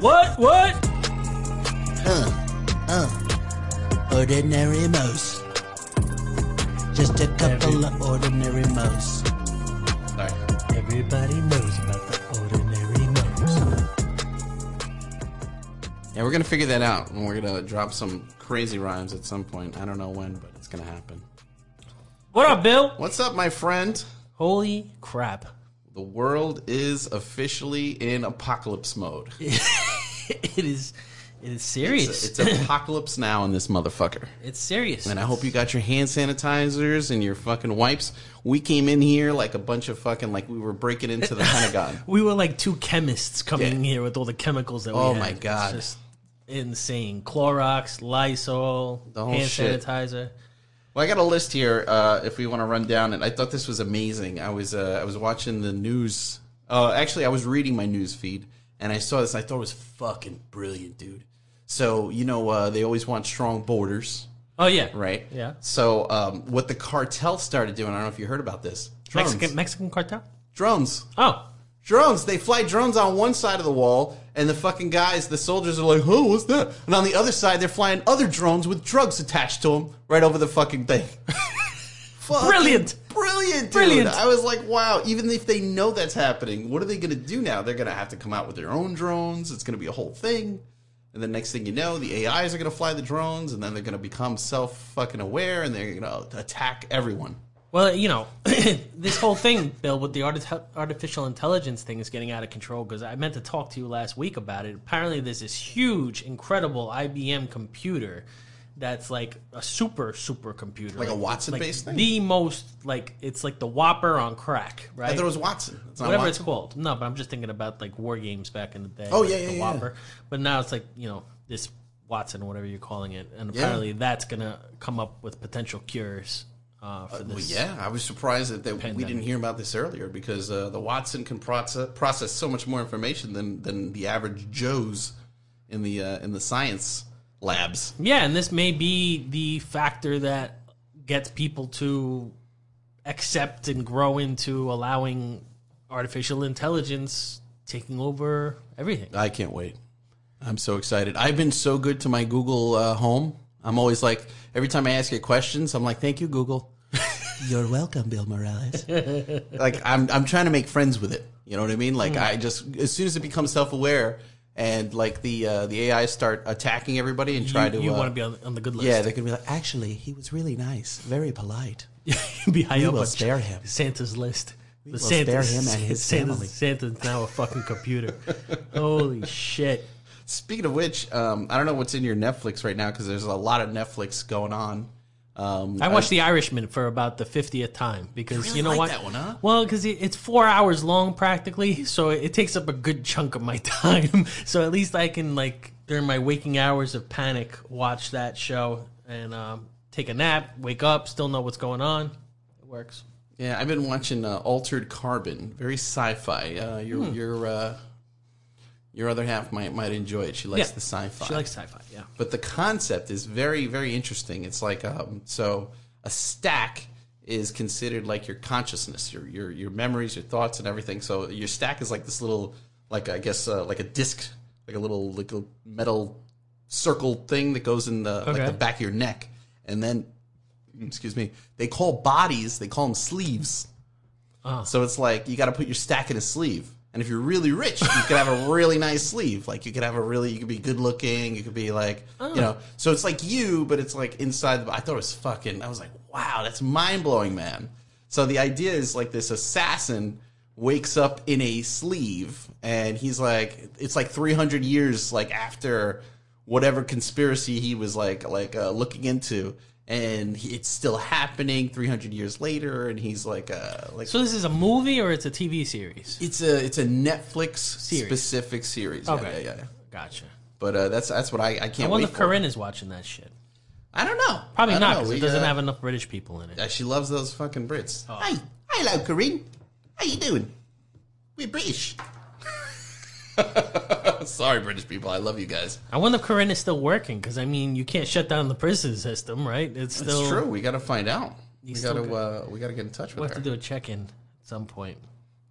What? What? Ordinary mouse. Just a Every- couple of ordinary mouse. Sorry. Everybody knows about the ordinary mouse. Yeah, we're gonna figure that out, and we're gonna drop some crazy rhymes at some point. I don't know when, but it's gonna happen. What up, Bill? What's up, my friend? Holy crap. The world is officially in apocalypse mode. It's, It is it is serious. it's apocalypse now in this motherfucker. It's serious. And I hope you got your hand sanitizers and your fucking wipes. We came in here like a bunch of fucking like we were breaking into the Pentagon. we were like two chemists coming Yeah. in here with all the chemicals that Oh we had. my God. It's just insane. Clorox, Lysol, The whole hand shit. sanitizer. Well, I got a list here. Uh, if we want to run down it, I thought this was amazing. I was uh, I was watching the news. Uh, actually, I was reading my news feed and I saw this. And I thought it was fucking brilliant, dude. So you know uh, they always want strong borders, Oh yeah. right? Yeah. So um, what the cartel started doing, I don't know if you heard about this. Drones. Mexican Mexican cartel? drones. Oh. Drones. They fly drones on one side of the wall, and the fucking guys, the soldiers, are like, "Oh, what's that?" And on the other side, they're flying other drones with drugs attached to them, right over the fucking thing. Fucking Brilliant. brilliant, dude. Brilliant. I was like, "Wow!" Even if they know that's happening, what are they going to do now? They're going to have to come out with their own drones. It's going to be a whole thing. And then next thing you know, the AIs are going to fly the drones, and then they're going to become self fucking aware, and they're going to attack everyone. Well, you know, this whole thing, Bill, with the arti- artificial intelligence thing is getting out of control because I meant to talk to you last week about it. Apparently, there's this huge, incredible IBM computer that's like a super, super computer. Like a Watson-based thing? The most, like, it's like the Whopper on crack, right? I thought it was Watson. It's not Whatever Watson. it's called. No, but I'm just thinking about like war games back in the day. Oh, like, yeah, yeah, the yeah. Whopper. But now it's like, you know, this Watson, whatever you're calling it. And apparently, that's going to come up with potential cures. Uh, for this. Well, yeah, I was surprised that, that we didn't hear about this earlier because uh, the Watson can process, process so much more information than, than the average Joes in the uh, in the science labs. Yeah, and this may be the factor that gets people to accept and grow into allowing artificial intelligence taking over everything. I can't wait. I'm so excited. I've been so good to my Google uh, Home. I'm always like, every time I ask it questions, I'm like, thank you, Google. You're welcome, Bill Morales. like I'm I'm trying to make friends with it. You know what I mean? Like I just as soon as it becomes self aware and like the uh, the AI start attacking everybody and try You, to you uh, want to be on, on the good list. yeah, they can be like, Actually, he was really nice, very polite. be high up will on spare him. Santa's list. The will spare him and his Santa's, family. Santa's now a fucking computer. Holy shit! Speaking of which, um, I don't know what's in your Netflix right now because there's a lot of Netflix going on. Um, I watched The Irishman for about the fiftieth time because you, really know like what? that one, huh? Well, because it, it's four hours long practically, so it takes up a good chunk of my time. so at least I can like during my waking hours of panic watch that show and um, take a nap, wake up, still know what's going on. It works. yeah, I've been watching uh, Altered Carbon, very sci-fi. Uh, your Hmm. your uh, your other half might might enjoy it. She likes Yeah. the sci-fi. She likes sci-fi, yeah. but the concept is very very interesting it's like um, so a stack is considered like your consciousness your your your memories your thoughts and everything so your stack is like this little like i guess uh, like a disc like a little like a metal circle thing that goes in the like Okay. the back of your neck and then excuse me they call bodies they call them sleeves so it's like you got to put your stack in a sleeve. And if you're really rich, you could have a really nice sleeve. Like you could have a really, you could be good looking. You could be like, you know. So it's like you, but it's like inside. The, I thought it was fucking. I was like, wow, that's mind blowing, man. So the idea is like this assassin wakes up in a sleeve, and he's like, it's like 300 years like after whatever conspiracy he was like like uh, looking into. And he, it's still happening 300 years later, and he's like, uh, like So this is a movie or it's a TV series? it's a it's a Netflix specific series. Okay. Yeah, yeah, yeah. Gotcha. But uh, that's that's what I, I can't I wait wonder if for. Corinne is watching that shit. I don't know. Probably I not don't know. because We, it doesn't uh, have Oh. enough British people in it. uh, she loves those fucking Brits. Hi, hello, Corinne. How you doing? We're British. Sorry, British people. I love you guys. I wonder if Corinne is still working because I mean, you can't shut down the prison system, right? It's still It's true. We got to find out. We He's got still to uh, we got to get in touch We'll with have her. to do a check in at some point.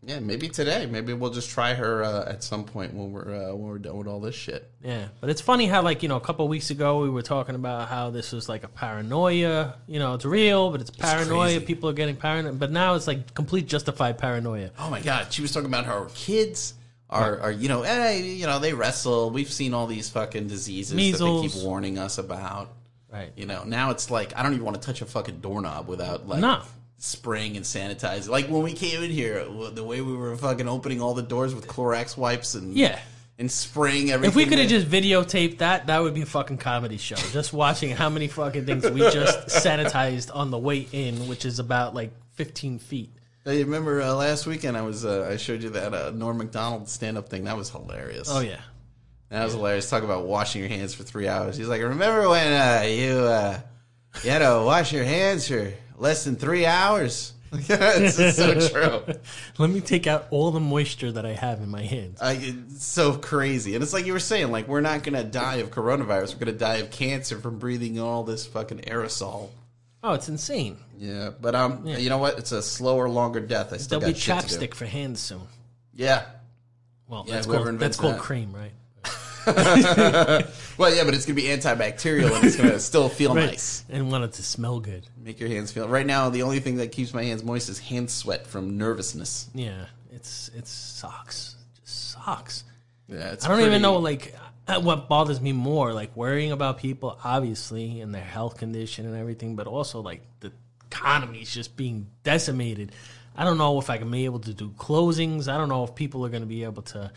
Yeah, maybe today. Maybe we'll just try her uh, at some point when we're uh, when we're done with all this shit. Yeah, but it's funny how like you know a couple weeks ago we were talking about how this was like a paranoia. You know, it's real, but it's paranoia. crazy. People are getting paranoid, but now it's like complete justified paranoia. Oh my god, she was talking about how our kids are, are you know, hey, you know, they wrestle. We've seen all these fucking diseases that they Measles. keep warning us about. Right. You know, now it's like I don't even want to touch a fucking doorknob without like No. spraying and sanitizing. Like when we came in here, w- the way we were fucking opening all the doors with Clorox wipes and Yeah. and spraying everything. If we could have in. just videotaped that, that would be a fucking comedy show. Just watching how many fucking things we just sanitized on the way in, which is about like 15 feet. Hey, remember uh, last weekend I was uh, I showed you that uh, Norm Macdonald stand up thing. That was hilarious. Oh, yeah. That was hilarious. Talk about washing your hands for three hours. He's like, remember when uh, you uh, you had to wash your hands for less than three hours? it's just so true. Let me take out all the moisture that I have in my hands. I, it's so crazy. And it's like you were saying, like we're not gonna die of coronavirus. We're gonna die of cancer from breathing all this fucking aerosol. Oh, it's insane. Yeah, but um, you know what? It's a slower, longer death. I still There'll be got shit to do. chapstick for hands soon. Yeah. Well, Yeah, that's, whoever called, invents that's called that. cream, right? Well, yeah, but it's gonna be antibacterial and it's gonna still feel Right. nice. And want it to smell good. Make your hands feel. Right now, the only thing that keeps my hands moist is hand sweat from nervousness. Yeah, it's it sucks. It just sucks. Yeah, it's I don't even know like uh, what bothers me more, like worrying about people, obviously, and their health condition and everything, but also like the economy is just being decimated. I don't know if I can be able to do closings. I don't know if people are going to be able to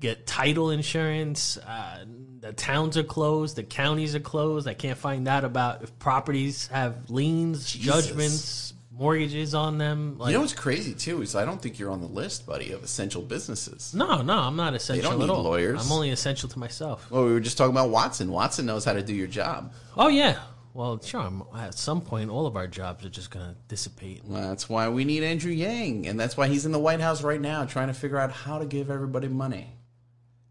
get title insurance. Uh, the towns are closed. The counties are closed. I can't find out about if properties have liens, Jesus. judgments, mortgages on them. Like, You know what's crazy too is I don't think you're on the list, buddy, of essential businesses. no, no, I'm not essential need at all. lawyers. I'm only essential to myself. Well, we were just talking about Watson. Watson knows how to do your job. Oh yeah. Well, sure. I'm, at some point, all of our jobs are just going to dissipate. Well, that's why we need Andrew Yang, and that's why he's in the White House right now trying to figure out how to give everybody money.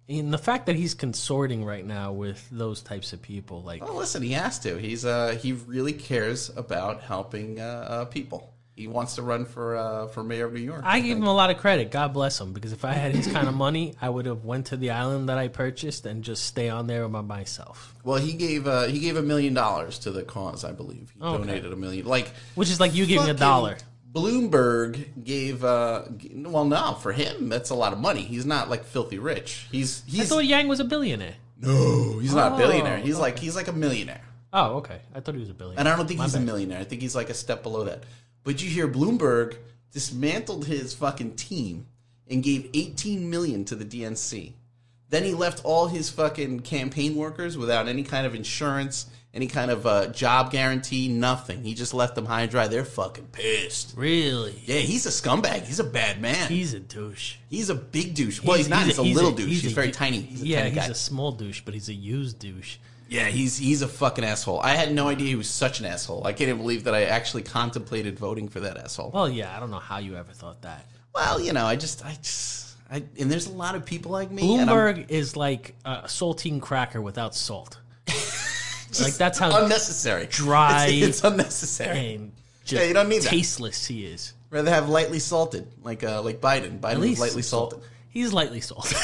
And the fact that he's consorting right now with those types of people, like Well, listen, he has to. He's uh, he really cares about helping uh, uh, people. He wants to run for uh, for mayor of New York. I give him a lot of credit. God bless him, because if I had his kind of money, I would have went to the island that I purchased and just stay on there by myself. Well, he gave uh, he gave a million dollars to the cause, I believe. He Oh, Okay. donated a million. Like Which is like you giving a fucking dollar. Bloomberg gave uh, g- well, no, for him that's a lot of money. He's not like filthy rich. He's I he's thought Yang was a billionaire. no, he's not a billionaire. Oh, He's like he's like a millionaire. Oh, okay. I thought he was a billionaire. And I don't think My he's a bad. millionaire. I think he's like a step below that. But you hear Bloomberg dismantled his fucking team and gave 18 million to the DNC. Then he left all his fucking campaign workers without any kind of insurance, any kind of uh, job guarantee, nothing. He just left them high and dry. They're fucking pissed. Really? Yeah, he's a scumbag. He's a bad man. He's, He's a douche. a big douche. Well, he's, not. He's, a, little douche. He's, very u- tiny. He's a yeah, tiny he's guy. a small douche, but he's a used douche. Yeah, he's he's a fucking asshole. I had no idea he was such an asshole. I can't even believe that I actually contemplated voting for that asshole. Well, yeah, I don't know how you ever thought that. Well, you know, I just I just I and there's a lot of people like me. and I'm Bloomberg is like a saltine cracker without salt. like that's how unnecessary. dry It's, it's unnecessary. and just Yeah, you don't need that. tasteless he is. Rather have lightly salted, like uh like Biden. Biden was lightly salted. He's lightly salted.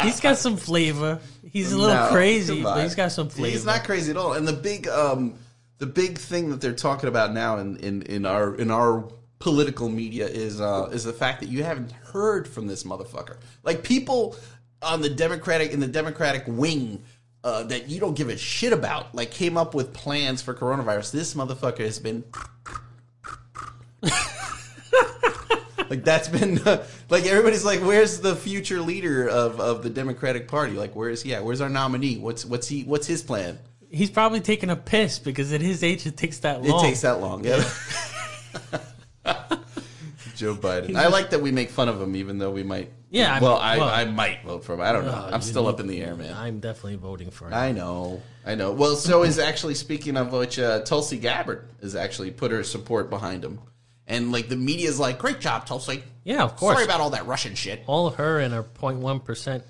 he's got some flavor. He's a little No, crazy, come but on. he's got some flavor. He's not crazy at all. And the big um the big thing that they're talking about now in in, in our in our political media is uh is the fact that you haven't heard from this motherfucker. Like people on the Democratic in the Democratic wing uh, that you don't give a shit about, like came up with plans for coronavirus. This motherfucker has been like that's been like everybody's like, where's the future leader of, of the Democratic Party? Like, where's yeah, where's our nominee? What's what's he what's his plan? He's probably taking a piss because at his age it takes that It long. takes that long. Yeah. Joe Biden. I like that we make fun of him, even though we might. Yeah, I Well, mean, I, well- I might vote for him. I don't know. Oh, I'm you still need- up in the air, man. I'm definitely voting for him. I know. I know. Well, so is actually speaking of which, uh, Tulsi Gabbard has actually put her support behind him, and like the media's like, "Great job, Tulsi." yeah, of course. Oh, Sorry about all that Russian shit. All her and her 0.1 percent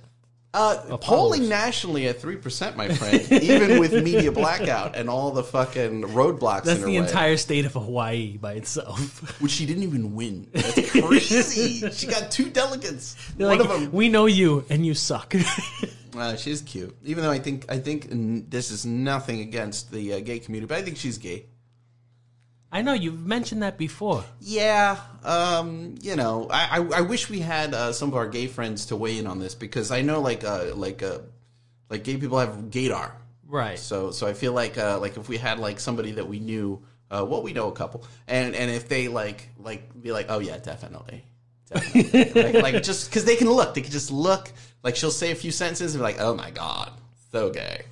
Uh, polling nationally at three percent, my friend, even with media blackout and all the fucking roadblocks. That's in her the way, entire state of Hawaii by itself. which she didn't even win. That's crazy. she got two delegates. They're One like, of them. we know you and you suck. Uh, she's cute, even though I think I think n- this is nothing against the uh, gay community, but I think she's gay. I know you've mentioned that before. Yeah, um, you know, I, I, I wish we had uh, some of our gay friends to weigh in on this because I know like uh, like uh, like gay people have gaydar, Right. so so I feel like uh, like if we had like somebody that we knew, uh, well, we know a couple, and and if they like like be like, oh yeah, definitely, definitely. like, like just because they can look, they can just look. Like she'll say a few sentences and be like, oh my god, so gay.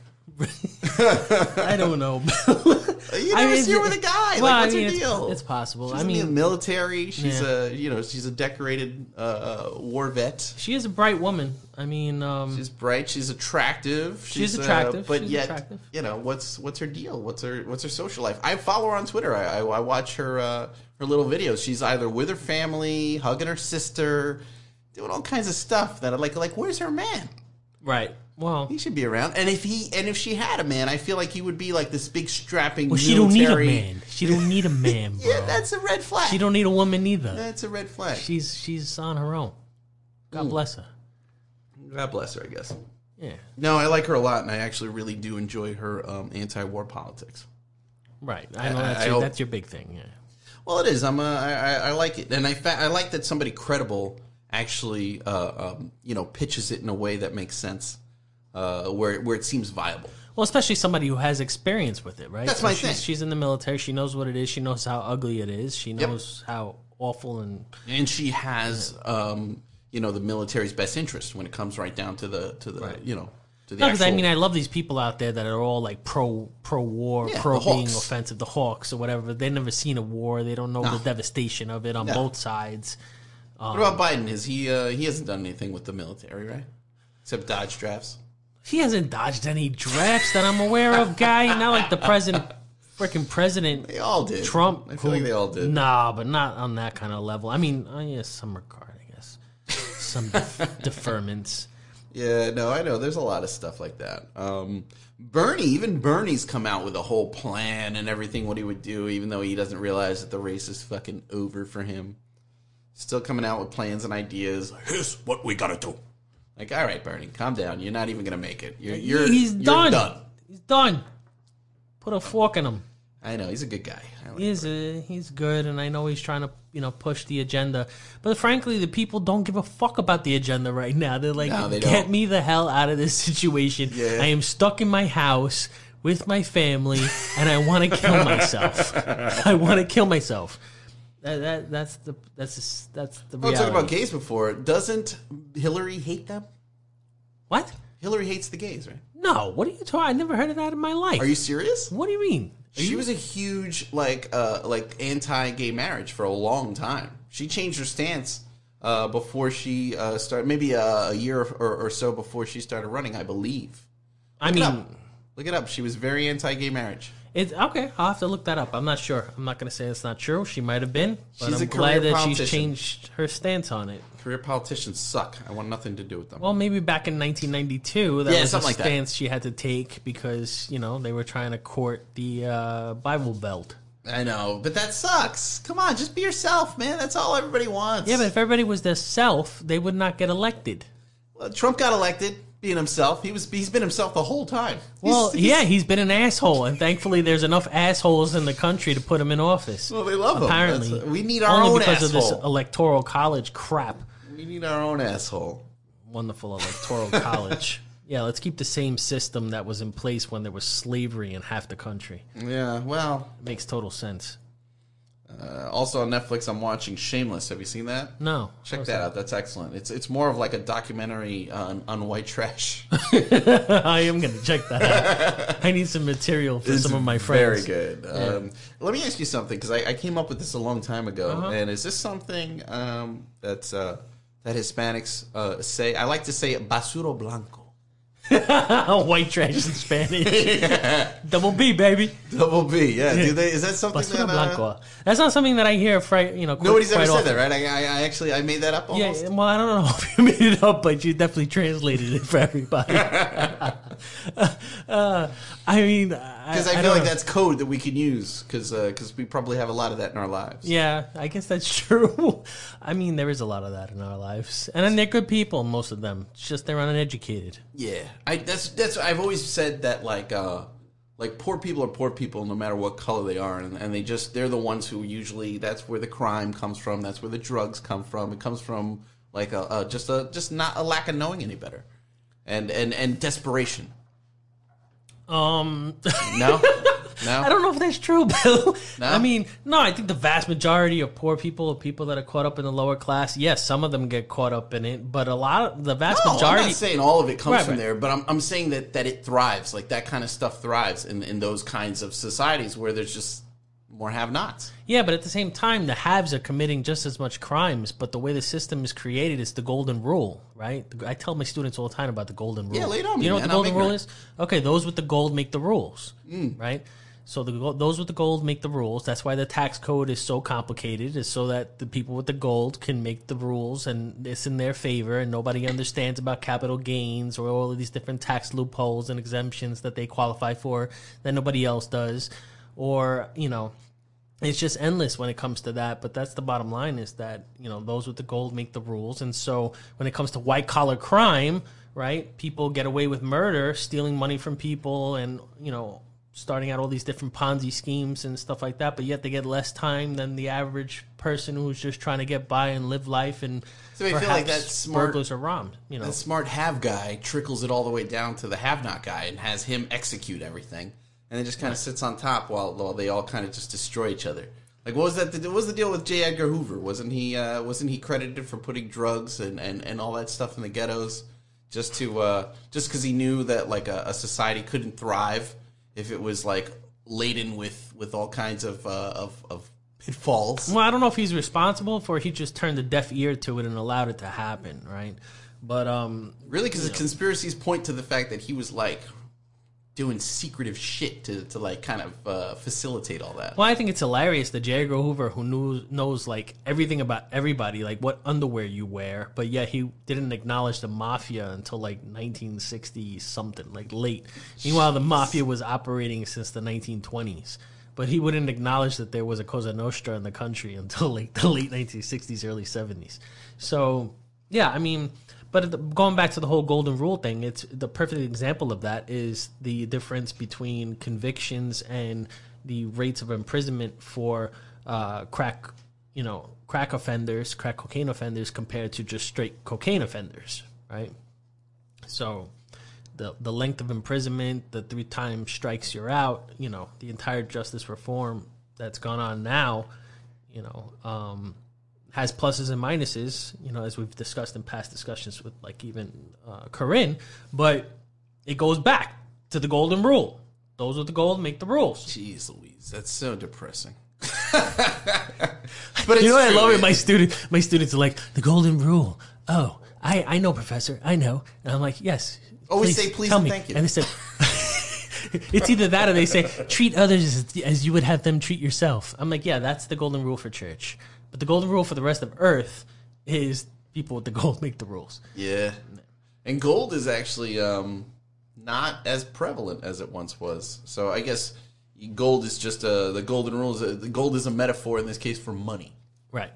I don't know. You I never mean, see her with a guy. well, like, I what's mean, her it's- deal? it's possible. She's I in the mean- military. She's Yeah. a you know she's a decorated uh, uh, war vet. she is a bright woman. I mean, um, She's bright. She's attractive. She's, uh, attractive, but she's yet, attractive. you know what's what's her deal? What's her what's her social life? I follow her on Twitter. I, I, I watch her uh, her little videos. She's either with her family, hugging her sister, doing all kinds of stuff that I like. Like, where's her man? right. Well, He should be around. And if he and if she had a man, I feel like he would be like this big strapping. well, she don't need a military- man. She don't need a man, bro. Yeah, that's a red flag. she don't need a woman either. That's a red flag. She's she's on her own. God Hmm. bless her. God bless her, I guess. Yeah. No, I like her a lot, and I actually really do enjoy her um, anti-war politics. Right. I know I- that's, I your, hope- that's your big thing. Yeah. Well, it is. I'm. A, I, I, I like it, and I. Fa- I like that somebody credible actually, uh, um, you know, pitches it in a way that makes sense, uh, where where it seems viable. Well, especially somebody who has experience with it, right? That's my she's, thing. She's in the military. She knows what it is. She knows how ugly it is. She knows how awful and And she has, um, you know, the military's best interest when it comes right down to the to the you know to the. No, because I actual- mean, I love these people out there that are all like pro pro war, Yeah, pro the being Hawks. offensive, the Hawks or whatever. They've never seen a war. They don't know the devastation of it on both sides. what about Biden? Is he? Uh, he hasn't done anything with the military, right? Except dodge drafts. He hasn't dodged any drafts that I'm aware of, guy. Not like the president, freaking president They all did. Trump. I who- feel like they all did. Nah, but not on that kind of level. I mean, oh, yeah, some regard, I guess. Some def- deferments. Yeah, no, I know. There's a lot of stuff like that. Um, Bernie, even Bernie's come out with a whole plan and everything what he would do, even though he doesn't realize that the race is fucking over for him. Still coming out with plans and ideas. Here's what we gotta do. Like, all right, Bernie, calm down. You're not even gonna make it. You're, you're He's you're done. He's done. Put a fork in him. I know he's a good guy. I like- He's uh, he's good, and I know he's trying to you know push the agenda. But frankly, the people don't give a fuck about the agenda right now. They're like, No, they get don't. me the hell out of this situation. Yeah. I am stuck in my house with my family, and I want to kill myself. I want to kill myself. That, that that's the that's the- that's the We were reality. talking about gays before. Doesn't Hillary hate them? what? Hillary hates the gays, right? No, what are you talking? I never heard of that in my life. Are you serious? what do you mean? Are She you- was a huge like uh like anti-gay marriage for a long time. She changed her stance uh before she uh started maybe uh, a year or, or so before she started running, I believe. I Look it mean, up. Look it up. She was very anti-gay marriage. It's okay. I'll have to look that up. I'm not sure. I'm not going to say it's not true. She might have been, but She's a I'm career glad that she's politician. changed her stance on it. Career politicians suck. I want nothing to do with them. Well, maybe back in 1992, that Yeah, was a something like that. stance she had to take because you know they were trying to court the uh, Bible Belt. I know, but that sucks. Come on, just be yourself, man. That's all everybody wants. Yeah, but if everybody was their self, they would not get elected. Well, Trump got elected being himself. He was he's been himself the whole time. Well, He's- yeah, he's- he's been an asshole, and thankfully, there's enough assholes in the country to put him in office. Well, they love him. Apparently, That's- we need our only own because asshole. of this electoral college crap. we need our own asshole. wonderful electoral college. Yeah, let's keep the same system that was in place when there was slavery in half the country. Yeah. Well, It makes total sense. Uh, also on Netflix, I'm watching Shameless. Have you seen that? No. Check that out. That's excellent. It's it's more of like a documentary on, on white trash. I am going to check that out. I need some material for some of my friends. Very good. Um, let me ask you something because I, I came up with this a long time ago. Uh-huh. And is this something um, that's uh, that Hispanics uh, say? I like to say basuro blanco. White trash in Spanish. Double B, baby. Double B, yeah. Do they, is that something Basura that uh, blanca. That's not something that I hear. Fri- you know, quite- nobody's ever quite said often. that, right? I, I, I actually I made that up Yeah, almost. well, I don't know if you made it up, but you definitely translated it for everybody. uh, I mean, Because because I, feel like that's code that we can use because we probably have a lot of that in our lives. Yeah, I guess that's true. I mean, there is a lot of that in our lives, and then they're good people, most of them. It's just they're uneducated. Yeah, I that's that's I've always said that like uh like poor people are poor people no matter what color they are and, and they just they're the ones who usually that's where the crime comes from that's where the drugs come from it comes from like a, a just a just not a lack of knowing any better and and and desperation Um, no no I don't know if that's true, Bill. No? I mean, no, I think the vast majority of poor people, of people that are caught up in the lower class, yes, some of them get caught up in it, but a lot of the vast No, majority. I'm not saying all of it comes Right, from right. there, but I'm, I'm saying that, that it thrives. Like that kind of stuff thrives in, in those kinds of societies where there's just more have nots. Yeah, but at the same time, the haves are committing just as much crimes. But the way the system is created is the golden rule, right? I tell my students all the time about the golden rule. Yeah, lay it on You me, know what man. the golden I'm rule ignorant. is? Okay, those with the gold make the rules, Mm. right? So the go- those with the gold make the rules. That's why the tax code is so complicated, is so that the people with the gold can make the rules, and it's in their favor. And nobody understands about capital gains or all of these different tax loopholes and exemptions that they qualify for that nobody else does, or you know it's just endless when it comes to that but that's the bottom line is that you know those with the gold make the rules and so when it comes to white collar crime right people get away with murder stealing money from people and you know starting out all these different ponzi schemes and stuff like that but yet they get less time than the average person who's just trying to get by and live life and So I feel like perhaps that smart- burglars are robbed you know The smart have guy trickles it all the way down to the have not guy and has him execute everything, and it just kind of sits on top while while they all kind of just destroy each other. Like what was that? What was the deal with J. Edgar Hoover? Wasn't he uh, wasn't he credited for putting drugs and, and, and all that stuff in the ghettos just to uh, just because he knew that like a, a society couldn't thrive if it was like laden with with all kinds of uh, of, of pitfalls. Well, I don't know if he's responsible for it. He just turned a deaf ear to it and allowed it to happen, right? But um, Really, because the conspiracies point to the fact that he was like doing secretive shit to, to like kind of uh, facilitate all that. Well, I think it's hilarious that J. Edgar Hoover, who knew, knows like everything about everybody, like what underwear you wear, but yet he didn't acknowledge the mafia until like 1960 something, like late. Meanwhile, the mafia was operating since the 1920s, but he wouldn't acknowledge that there was a Cosa Nostra in the country until like the late 1960s, early 70s. So, yeah, I mean. But the- going back to the whole golden rule thing, it's the perfect example of that is the difference between convictions and the rates of imprisonment for uh, crack, you know, crack offenders, crack cocaine offenders, compared to just straight cocaine offenders, right? So, the the length of imprisonment, the three time strikes you're out, you know, the entire justice reform that's gone on now, you know, um, has pluses and minuses, you know, as we've discussed in past discussions with like even uh, Corinne, but it goes back to the golden rule. Those with the gold make the rules. Jeez Louise, that's so depressing. but it's You know what I true, love it? man. My student, my students are like the golden rule. Oh, I, I know, professor, I know, and I'm like, yes. Always say please tell and me. thank you. And they said, it's either that or they say treat others as, as you would have them treat yourself. I'm like, yeah, that's the golden rule for church, but the golden rule for the rest of Earth is people with the gold make the rules. yeah. And gold is actually um, not as prevalent as it once was. So I guess gold is just a, the golden rule. Is a, the gold is a metaphor in this case for money, Right.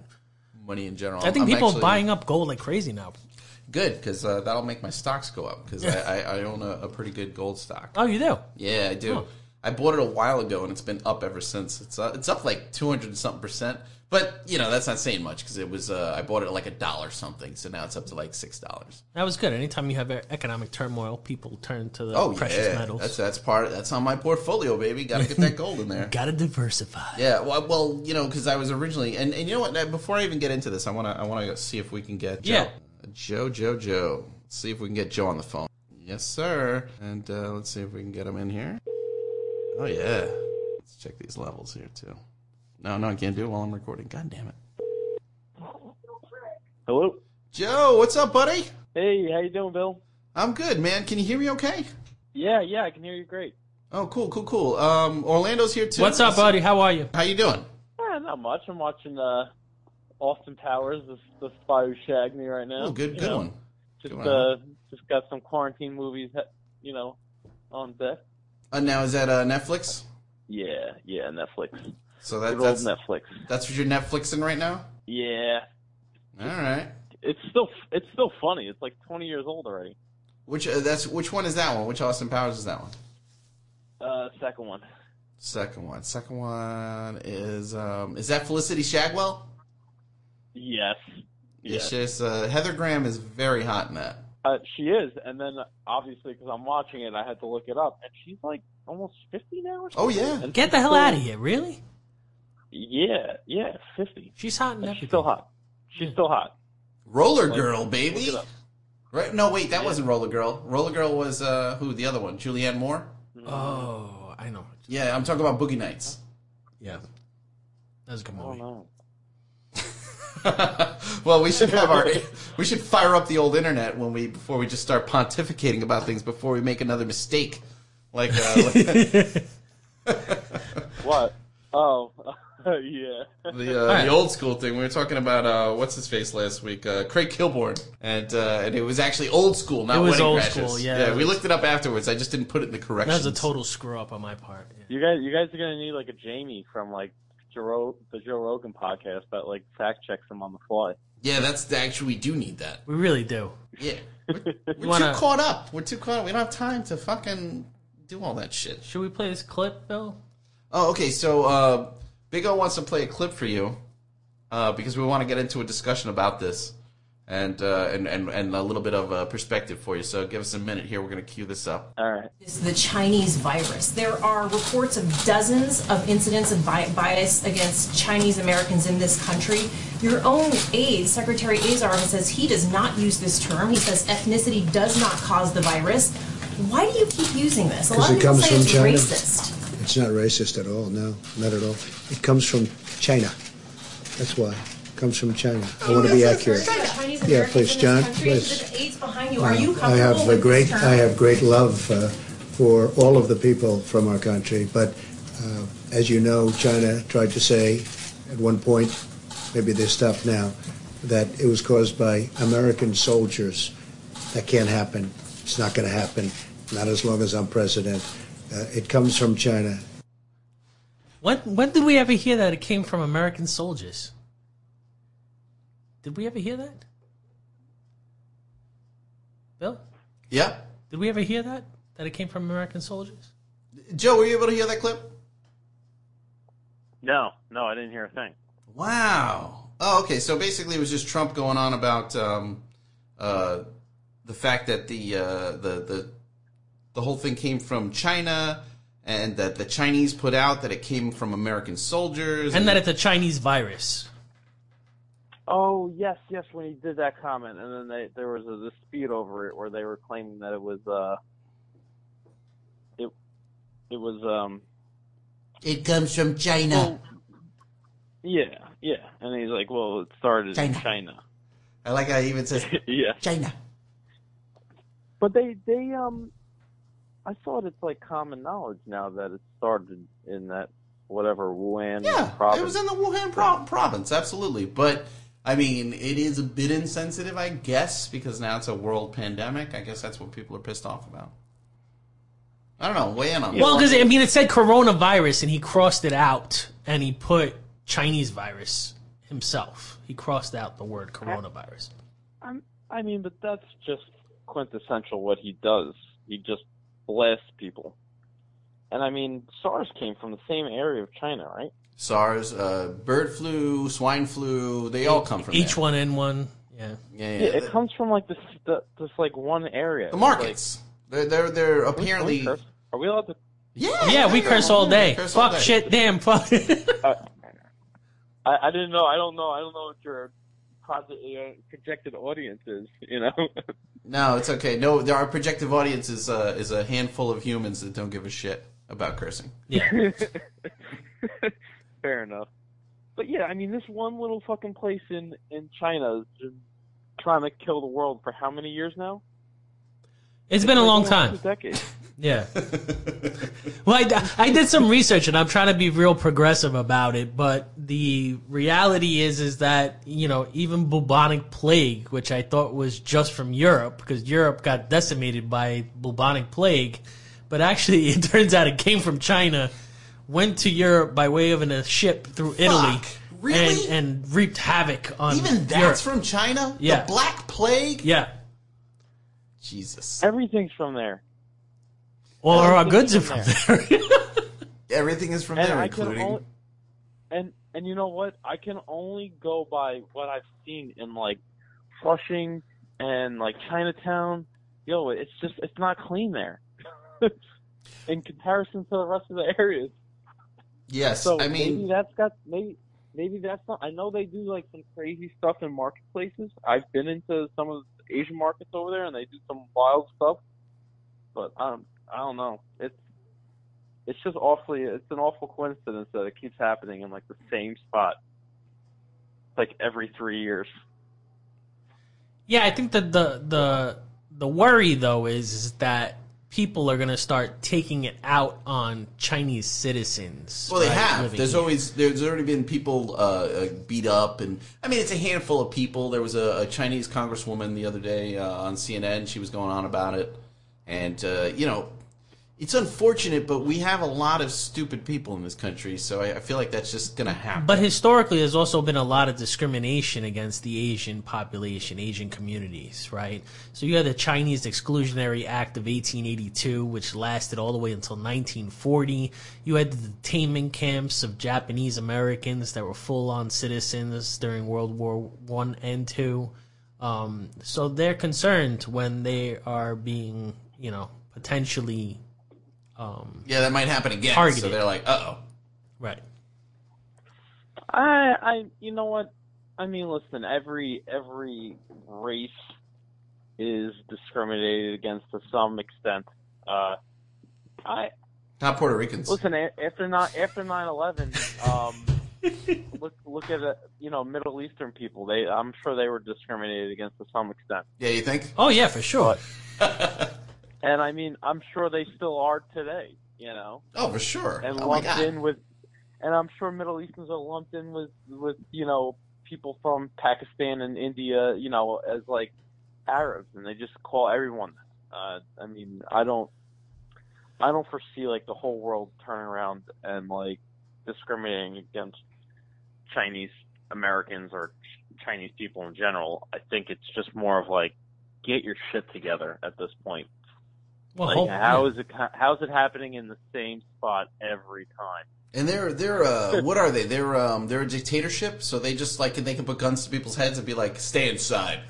money in general. I think Oh, I'm people are actually- buying up gold like crazy now. good because uh, that'll make my stocks go up because I, I, I own a, a pretty good gold stock. Oh, you do? Yeah, I do. I bought it a while ago, and it's been up ever since. It's uh, it's up like two hundred something percent. But you know that's not saying much because it was uh, I bought it at like a dollar something, so now it's up to like six dollars. That was good. Anytime you have e- economic turmoil, people turn to the Oh precious yeah, metals. that's that's part that's on my portfolio, baby. Got to get that gold in there. Gotta diversify. Yeah, well, well you know, because I was originally, and, and you know what? now, Before I even get into this, I want to I want to see if we can get Joe. Yeah. Joe, Joe, Joe. Let's see if we can get Joe on the phone. Yes, sir. And uh, let's see if we can get him in here. Oh yeah. Let's check these levels here too. No, no, I can't do it while I'm recording. God damn it, Hello. Joe. What's up, buddy? Hey, how you doing, Bill? I'm good, man. Can you hear me okay? Yeah, yeah, I can hear you great. Oh, cool, cool, cool. Um, Orlando's here too. What's up, buddy? How are you? How you doing? Eh, not much. I'm watching uh, Austin Powers, the, the spy who shagged me right now. Oh, good, You good know, one. Just Good one. uh, just got some quarantine movies, you know, on deck. Uh, now is that uh, Netflix? Yeah, yeah, Netflix. So that, Good old that's Netflix. that's what you're Netflixing right now. Yeah, All right. it's still it's still funny. It's like 20 years old already. Which uh, that's which one is that one? Which Austin Powers is that one? Uh, second one. Second one. Second one is um is that Felicity Shagwell? Yes. It's just uh, Heather Graham is very hot in that. Uh, she is, and then obviously because I'm watching it, I had to look it up, and she's like almost 50 now. Or Oh something. yeah. And Get the she's hell still- out of here, really? Yeah, yeah, 50. She's hot and And everything. she's still hot. She's still hot. Roller Girl, Look baby. it up. Right? No, wait, that wasn't Roller Girl. Roller Girl was uh who? The other one, Julianne Moore. Oh, I know. Yeah, I'm talking about Boogie Nights. Yeah, that was a good I don't movie. know. well, we should have our we should fire up the old internet when we before we just start pontificating about things before we make another mistake. Like, uh, What? Oh, yeah. the uh, the old school thing. We were talking about uh, what's his face last week, uh, Craig Kilborn, and uh, and it was actually old school, not It was wedding old crashes. school, yeah. we looked it up afterwards. I just didn't put it in the That corrections. was a total screw up on my part. Yeah. You guys, you guys are gonna need like a Jamie from like Joe, the Joe Rogan podcast that like fact checks him on the fly. Yeah, that's actually we do need that. We really do. Yeah, we're, we're wanna- too caught up. We're too caught up. We don't have time to fucking do all that shit. Should we play this clip, Bill? Oh, okay. So uh, Big O wants to play a clip for you uh, because we want to get into a discussion about this and uh, and and and a little bit of uh, perspective for you. So give us a minute here. We're gonna cue this up. All right. is the Chinese virus. There are reports of dozens of incidents of bi- bias against Chinese Americans in this country. Your own aide, Secretary Azar, says he does not use this term. He says ethnicity does not cause the virus. Why do you keep using this? A lot of Because it people comes say from it's China. racist. It's not racist at all. No, not at all. It comes from China. That's why. It comes from China. I want to be accurate. Chinese Yeah, Americans please, in this John, country, please. The aides behind you. Are you I comfortable have a with great, this term? I have great love uh, for all of the people from our country. But uh, as you know, China tried to say at one point, maybe they stopped now, that it was caused by American soldiers. That can't happen. It's not going to happen. Not as long as I'm president. Uh, it comes from China. When when did we ever hear that it came from American soldiers? Did we ever hear that? Bill, Yeah, did we ever hear that that it came from American soldiers? Joe, were you able to hear that clip? No, no, I didn't hear a thing. Wow. Oh, okay. So basically, it was just Trump going on about um, uh, the fact that the, uh, the the the whole thing came from China, and that the Chinese put out that it came from American soldiers, And that it's a Chinese virus. Oh yes, yes. When he did that comment, and then they, there was a dispute over it where they were claiming that it was uh, it it was um, it comes from China. Oh. well, yeah, yeah. And he's like, well, it started in China. China. I like how he even says yeah. China. But they they um, I thought it's like common knowledge now that it started in that whatever Wuhan Yeah, province. it was in the Wuhan pro- province, absolutely. But I mean, it is a bit insensitive, I guess, because now it's a world pandemic. I guess that's what people are pissed off about. I don't know. Weigh in on Well, that. because I mean, it said coronavirus, and he crossed it out, and he put Chinese virus himself. He crossed out the word coronavirus. I'm, I mean, but that's just quintessential what he does. He just blasts people. And I mean, SARS came from the same area of China, right? SARS, uh, bird flu, swine flu, they all come from H there. one N one. Yeah. Yeah, Yeah, yeah. it comes from like this, the, this like one area. the markets. They're they're they're Like, can we- apparently can we curse? Are we allowed to? yeah Yeah, we curse all day. Curse all Fuck day. shit, damn fuck. uh, I, I didn't know. I don't know. I don't know what your, project, your projected audience is. You know. No, it's okay. No, there, our projective audience is uh, is a handful of humans that don't give a shit about cursing. yeah. Fair enough. But yeah, I mean, this one little fucking place in in China is just trying to kill the world for how many years now? It's been a long time. Two decades. Yeah. well, I, d- I did some research, and I'm trying to be real progressive about it. But the reality is, is that you know, even bubonic plague, which I thought was just from Europe, because Europe got decimated by bubonic plague, but actually, it turns out it came from China, went to Europe by way of in a ship through Italy, Really? and, and reaped havoc on Even that's Europe. from China. Um, Yeah. The Black Plague. yeah. Jesus. Everything's from there. All Oh, our goods are from there. Everything is from And there, I can including. only, and and you know what? I can only go by what I've seen in like Flushing and like Chinatown. Yo, it's just it's not clean there. in comparison to the rest of the areas. yes, So I maybe mean, that's got maybe maybe that's not. I know they do like some crazy stuff in marketplaces. I've been into some of the Asian markets over there, and they do some wild stuff. But um, I don't know. It's it's just awfully. It's an awful coincidence that it keeps happening in like the same spot, like every three years. Yeah, I think that the the the worry though is, is that people are going to start taking it out on Chinese citizens. well, they right, have. living There's here. always there's already been people uh, uh, beat up, and I mean, it's a handful of people. There was a, a Chinese congresswoman the other day uh, on CNN. She was going on about it, and uh, you know, it's unfortunate, but we have a lot of stupid people in this country, so I, I feel like that's just gonna happen. but historically, there's also been a lot of discrimination against the Asian population, Asian communities, right? So you had the Chinese Exclusionary Act of 1882, which lasted all the way until 1940. You had the detainment camps of Japanese Americans that were full-on citizens during World War One and Two. Um, so they're concerned when they are being, you know, potentially yeah, that might happen again. So Targeted. they're like, uh oh. right. I, I, you know what? I mean, listen. Every every race is discriminated against to some extent. Uh, I Not Puerto Ricans. listen a- after not after nine eleven. Um, look look at uh, you know Middle Eastern people. They I'm sure they were discriminated against to some extent. Yeah, you think? Oh yeah, for sure. And I mean, I'm sure they still are today. You know. Oh, for sure. and oh my lumped god. in with, and I'm sure Middle Easterns are lumped in with with you know people from Pakistan and India, you know, as like Arabs, and they just call everyone. that. Uh, I mean, I don't, I don't foresee like the whole world turning around and like discriminating against Chinese Americans or Ch- Chinese people in general. I think it's just more of like get your shit together at this point. Well, Like, hope- how is it? How is it happening in the same spot every time? And they're they're uh, what are they? They're um they're a dictatorship, so they just like they can put guns to people's heads and be like, "Stay inside."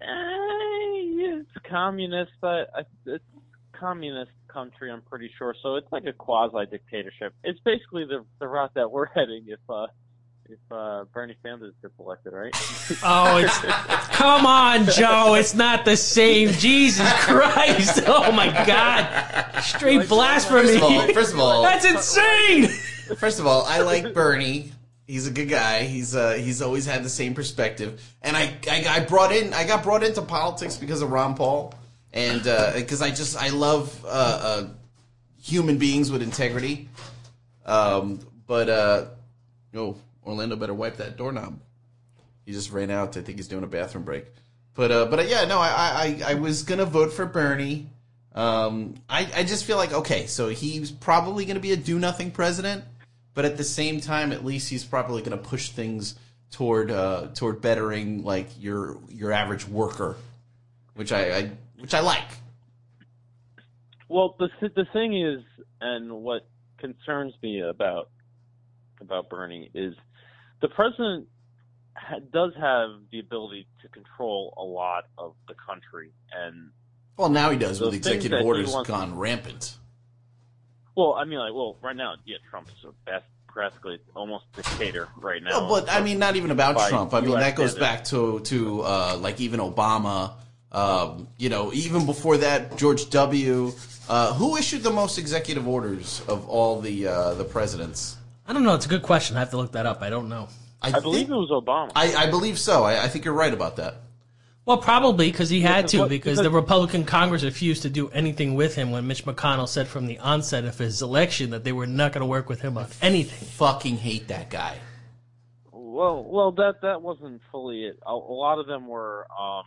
Eh, it's communist. I, I, it's communist country. I'm pretty sure. So it's like a quasi dictatorship. It's basically the the route that we're heading if uh if uh Bernie Sanders gets elected, right? Oh, it's come on, Joe. It's not the same. Jesus Christ! Oh my God! Straight First of all, blasphemy. first of all, That's insane. first of all, I like Bernie. He's a good guy. He's uh he's always had the same perspective. And I I, I brought in I got brought into politics because of Ron Paul, and because I just I love uh, uh human beings with integrity. Um, but uh, oh, Orlando better wipe that doorknob. He just ran out. I think he's doing a bathroom break. But uh, but uh, yeah, no, I, I I was gonna vote for Bernie. Um, I I just feel like okay, so he's probably gonna be a do nothing president, but at the same time, at least he's probably gonna push things toward uh toward bettering like your your average worker, which I, I which I like. Well, the th- the thing is, and what concerns me about about Bernie is the president ha- does have the ability to control a lot of the country, and Well, now he does The with things executive that he orders wants- gone rampant. well, I mean, like, well, right now, yeah, Trump's a best practically almost dictator right now. No, but I mean, not even about by Trump. I mean, US that goes standards. back to to uh, like even Obama. Um, you know, even before that, George W. Uh, who issued the most executive orders of all the uh, the presidents? I don't know. It's a good question. I have to look that up. I don't know. I believe it was Obama. I, I believe so. I, I think you're right about that. Well, probably because he had because to, what- because the because- Republican Congress refused to do anything with him when Mitch McConnell said from the onset of his election that they were not going to work with him on anything. Fucking hate that guy. Well, well, that that wasn't fully it. A, a lot of them were um,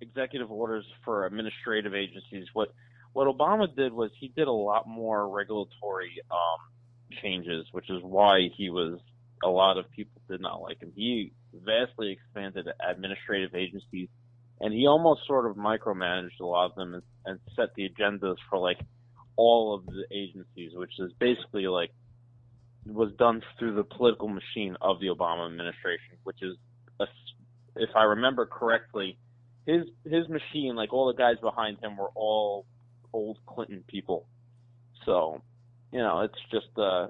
executive orders for administrative agencies. What what Obama did was he did a lot more regulatory um, changes, which is why he was a lot of people did not like him. He vastly expanded administrative agencies, and he almost sort of micromanaged a lot of them and, and set the agendas for like all of the agencies, which is basically like was done through the political machine of the Obama administration, which is, a s if I remember correctly, his his machine, like all the guys behind him, were all old Clinton people. So, you know, it's just uh,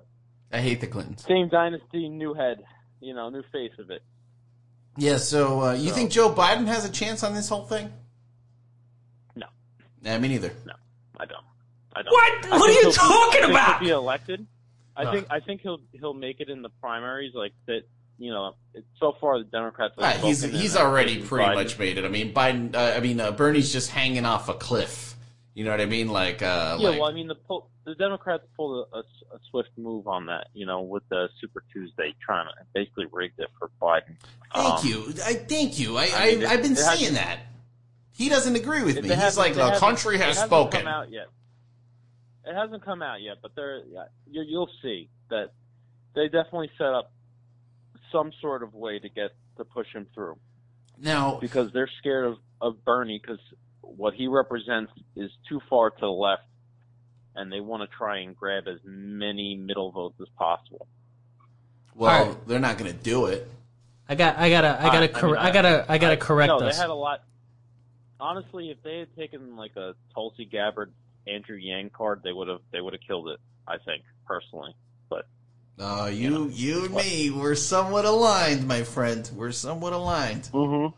I hate the Clintons. same dynasty, new head, you know, new face of it. Yeah, so uh, you think Joe Biden has a chance on this whole thing? No. Nah, me neither. No, I don't. I don't. What? I What are think you he'll- I talking think he'll about? Be elected. I Ugh. think I think he'll he'll make it in the primaries. Like that, you know. it- So far, the Democrats. have Right, Ah, he's spoken, and he's I think already pretty Biden- much made it. I mean, Biden. Uh, I mean, uh, Bernie's just hanging off a cliff. You know what I mean? Like, uh, Yeah, like well, I mean, the pull, the Democrats pulled a, a s- a swift move on that, you know, with the Super Tuesday, trying to basically rigged it for Biden. thank Um, you, I thank you. I, I, mean, it- I've been it has- seeing that. He doesn't agree with it- me. they He's haven't- like, they the haven't- country it has hasn't spoken. Come out yet. It hasn't come out yet, but there, yeah, you, you'll see that they definitely set up some sort of way to get to push him through Now, because they're scared of of Bernie because what he represents is too far to the left, and they want to try and grab as many middle votes as possible. well, All right. they're not going to do it. I got, I gotta, I gotta, I- I cor- mean, I- I, gotta, I gotta correct no, us. they had a lot. Honestly, if they had taken like a Tulsi Gabbard, Andrew Yang card, they would have they would have killed it. I think personally. Uh, you, you and me, we're somewhat aligned, my friend. We're somewhat aligned. Mm-hmm.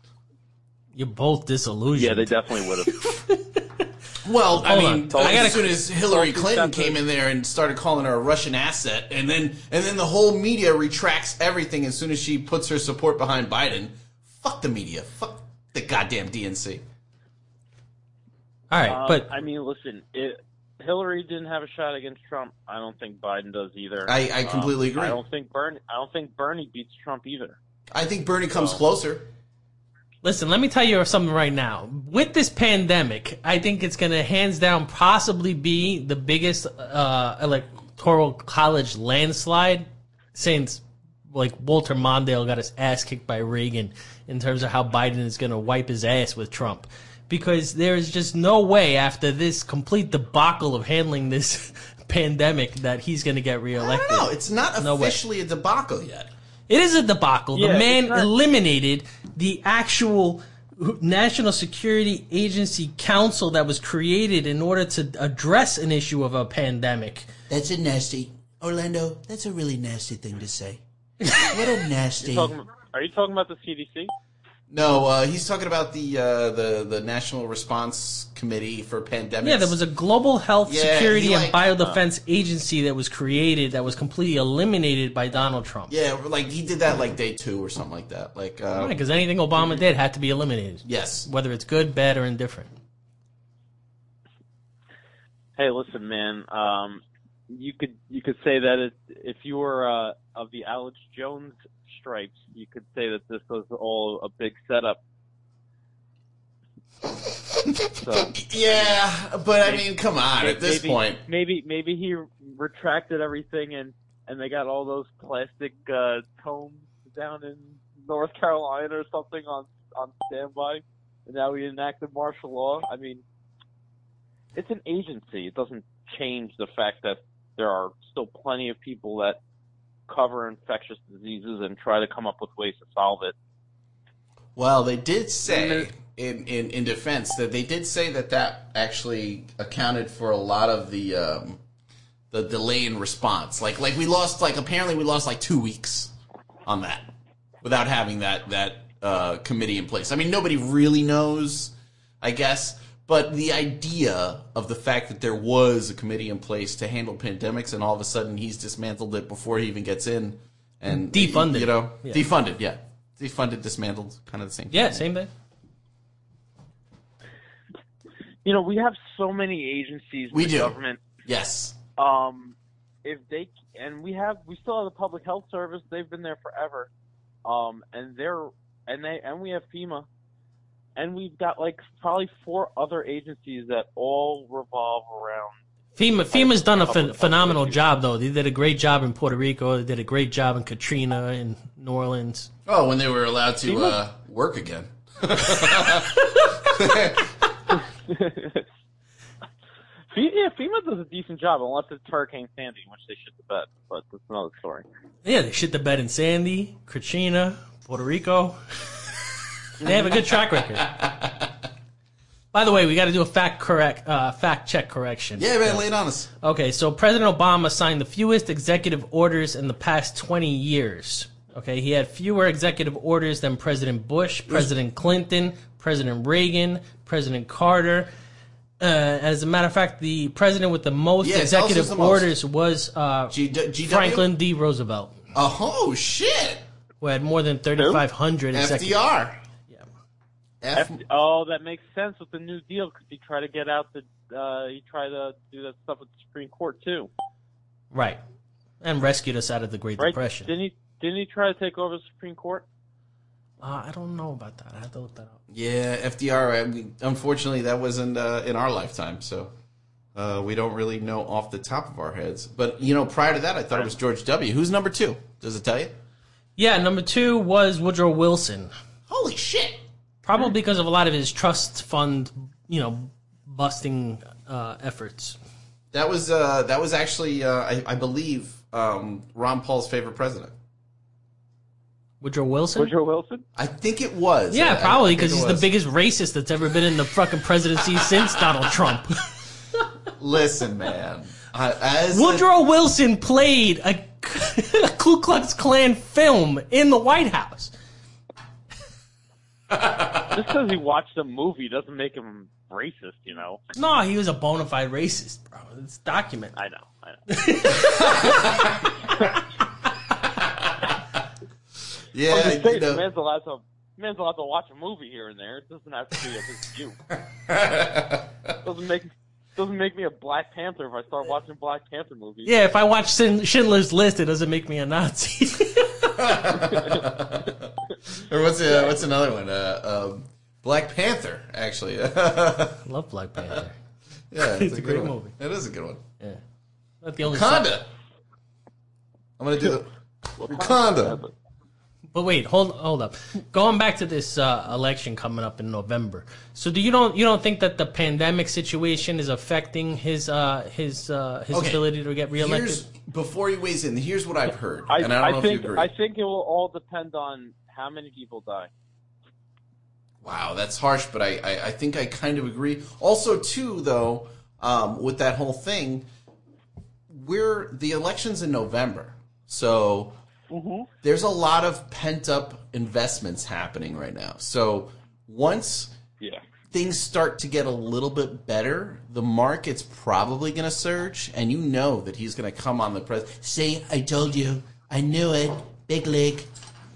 You're both disillusioned. Yeah, they definitely would have. Well, I Hold on. mean, I gotta- as soon as Hillary Tulsi Clinton Gabbard. came in there and started calling her a Russian asset, and then and then the whole media retracts everything as soon as she puts her support behind Biden. Fuck the media. Fuck the goddamn DNC. All right, Um, but I mean, listen, it, Hillary didn't have a shot against Trump. I don't think Biden does either. I- I Uh, Um, completely agree. I don't think Bernie. I don't think Bernie beats Trump either. I think Bernie comes closer. Listen, let me tell you something right now. With this pandemic, I think it's going to hands down possibly be the biggest uh, electoral college landslide since like Walter Mondale got his ass kicked by Reagan in terms of how Biden is going to wipe his ass with Trump. Because there is just no way after this complete debacle of handling this pandemic that he's going to get I reelected. don't know. It's not No way. officially a debacle yet. It is a debacle. Yeah, the it's man not- eliminated the actual National Security Agency Council that was created in order to address an issue of a pandemic. That's a nasty. Orlando, that's a really nasty thing to say. what a nasty. Talking, are you talking about the CDC? No, uh, he's talking about the uh, the the National Response Committee for Pandemics. Yeah, there was a global health Yeah, security he and like- biodefense agency that was created that was completely eliminated by Donald Trump. yeah, like he did that like day two or something like that. Like uh, Because anything Obama did had to be eliminated, yes, whether it's good, bad, or indifferent. Hey, listen, man. Um, you could you could say that it, if you were uh, of the Alex Jones stripes, you could say that this was all a big setup. so yeah, but I mean, come on. may- At this maybe, point, maybe maybe he retracted everything and and they got all those plastic uh, combs down in North Carolina or something on on standby, and now he enacted martial law. I mean, it's an agency. It doesn't change the fact that there are still plenty of people that cover infectious diseases and try to come up with ways to solve it. Well, they did say in, in, in defense that they did say that that actually accounted for a lot of the um, the delay in response. Like like we lost like apparently we lost like two weeks on that without having that that uh, committee in place. I mean, nobody really knows, I guess. But the idea of the fact that there was a committee in place to handle pandemics, and all of a sudden he's dismantled it before he even gets in, and Defunded. you know, Yeah. defunded, yeah, defunded, dismantled, kind of the same. thing. Yeah, same thing. you know, we have so many agencies. in We the do. Government. Yes. Um, if they and we have, we still have the public health service. They've been there forever. Um, and they're and they and we have FEMA, and we've got like probably four other agencies that all revolve around FEMA FEMA's done a Public phen health phenomenal issues. job though. They did a great job in Puerto Rico. They did a great job in Katrina and New Orleans. Oh, when they were allowed to uh, work again. FEMA, yeah, FEMA does a decent job, unless it's Hurricane Sandy, which they should the bed, but that's another story. Yeah, they shit the bed in Sandy, Katrina, Puerto Rico. they have a good track record. By the way, we got to do a fact correct, uh, fact check correction. Yeah, man, lay it on us. Okay, so President Obama signed the fewest executive orders in the past 20 years. Okay, he had fewer executive orders than President Bush, President Clinton, President Reagan, President Carter. Uh, as a matter of fact, the president with the most Yeah, tell us who's executive the most. orders was uh, G- GW? Franklin D. Roosevelt, Oh, shit. who had more than 3,500 executive FDR. Yeah. F- Oh, that makes sense with the New Deal, because he tried to get out the, uh, he tried to do that stuff with the Supreme Court too, Right. And rescued us out of the Great right? Depression. Didn't he? Didn't he try to take over the Supreme Court? Uh, I don't know about that. I have to look that up. yeah, FDR. I mean, unfortunately, that wasn't uh, in our lifetime, so uh, we don't really know off the top of our heads. But, you know, prior to that, I thought it was George W. Who's number two? Does it tell you? Yeah, number two was Woodrow Wilson. Holy shit. Probably because of a lot of his trust fund, you know, busting uh, efforts. That was uh, that was actually, uh, I, I believe, um, Ron Paul's favorite president. Woodrow Wilson? Woodrow Wilson? I think it was. I- yeah, I probably think because it he's the was. biggest racist that's ever been in the fucking presidency since Donald Trump. Listen, man. I, as the- Woodrow Wilson played a, a Ku Klux Klan film in the White House. Just because he watched a movie doesn't make him racist, you know. No, he was a bona fide racist, bro. It's documented. I know. I know. I'm yeah, just saying, you know, man's allowed to. Man's allowed to watch a movie here and there. It doesn't have to be a his view. doesn't make doesn't make me a Black Panther if I start watching Black Panther movies. Yeah, if I watch Sin- Schindler's List, it doesn't make me a Nazi. or what's uh, what's another one? Uh, um, Black Panther, actually. yeah, Love Black Panther. it's, a great good one. movie. It is a good one. Not the only Conda. I'm gonna do the Wakanda. But wait, hold hold up. Going back to this uh, election coming up in November. So do you don't you don't think that the pandemic situation is affecting his uh, his uh, his Okay. ability to get reelected? Here's before he weighs in. Here's what I've heard, I, and I don't know think if you agree. I think it will all depend on how many people die. Wow, that's harsh, but I, I, I think I kind of agree. Also, too, though, um, with that whole thing, we're the election's in November, so there's a lot of pent up investments happening right now. So once Yeah. things start to get a little bit better, the market's probably going to surge, and you know that he's going to come on the pres. See, I told you. I knew it. Big league.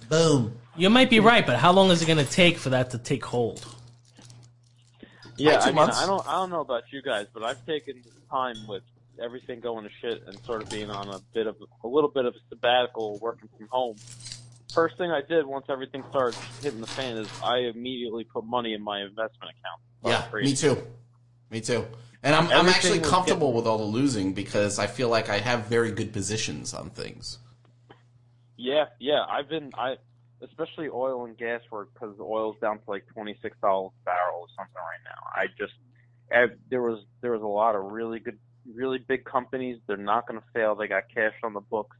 Boom. you might be right, but how long is it going to take for that to take hold? By Yeah, two I mean, months. I don't, I don't know about you guys, but I've taken time with everything going to shit and sort of being on a bit of a little bit of a sabbatical, working from home. First thing I did once everything started hitting the fan is I immediately put money in my investment account. Yeah, Free. me too. Me too. And I'm, I'm Everything actually was comfortable with all the losing because I feel like I have very good positions on things. Yeah, yeah. I've been I especially oil and gas work because oil's down to like twenty six dollars a barrel or something right now. I just I, there was there was a lot of really good, really big companies. They're not going to fail. They got cash on the books.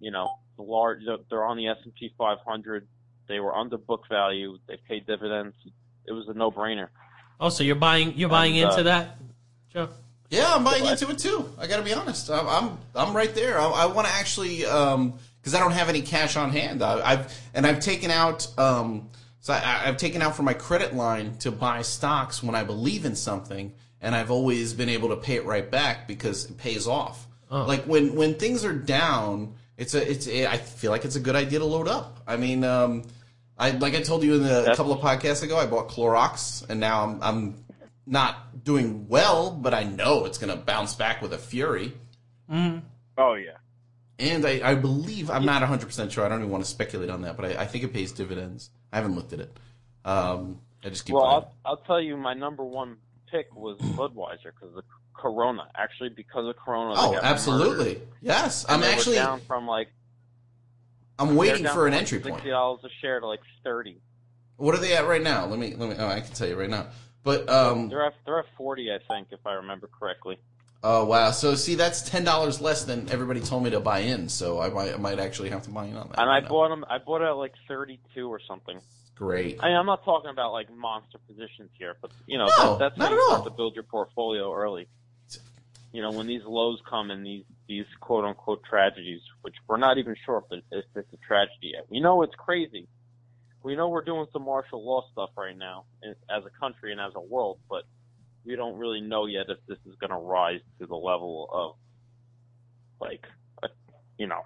You know, the large they're- they're on the S and P five hundred. They were under book value. They paid dividends. It was a no brainer. Oh, so you're buying you're buying uh, into that, Joe? Yeah, I'm buying into it too. I got to be honest. I'm, I'm I'm right there. I, I want to actually um because I don't have any cash on hand. I, I've and I've taken out um so I, I've taken out from my credit line to buy stocks when I believe in something, and I've always been able to pay it right back because it pays off. Like when when things are down, it's a it's a, I feel like it's a good idea to load up. I mean. um I, like I told you in the, a couple of podcasts ago, I bought Clorox, and now I'm, I'm not doing well, but I know it's going to bounce back with a fury. Oh yeah. And I, I believe I'm not 100 percent sure. I don't even want to speculate on that, but I, I think it pays dividends. I haven't looked at it. Um, I just keep. Well, buying it. I'll, I'll tell you, my number one pick was Budweiser because of Corona. Actually, because of Corona. they Oh, got absolutely. murdered. Yes, And I'm they were actually. down from like I'm they're waiting down for an from entry point. Sixty dollars a share to like thirty. What are they at right now? Let me. Let me. Oh, I can tell you right now. But um. They're at they're at forty, I think, if I remember correctly. Oh wow. So see, that's ten dollars less than everybody told me to buy in. So I might. I might actually have to buy in on that. And I No. bought them. I bought it at like thirty-two or something. Great. I mean, I'm not talking about like monster positions here, but you know, No, that, that's not how at you all. have to build your portfolio early. You know, when these lows come and these these quote unquote tragedies, which we're not even sure if, it, if it's a tragedy yet. We know it's crazy. We know we're doing some martial law stuff right now in- as a country and as a world, but we don't really know yet if this is going to rise to the level of like, uh, you know,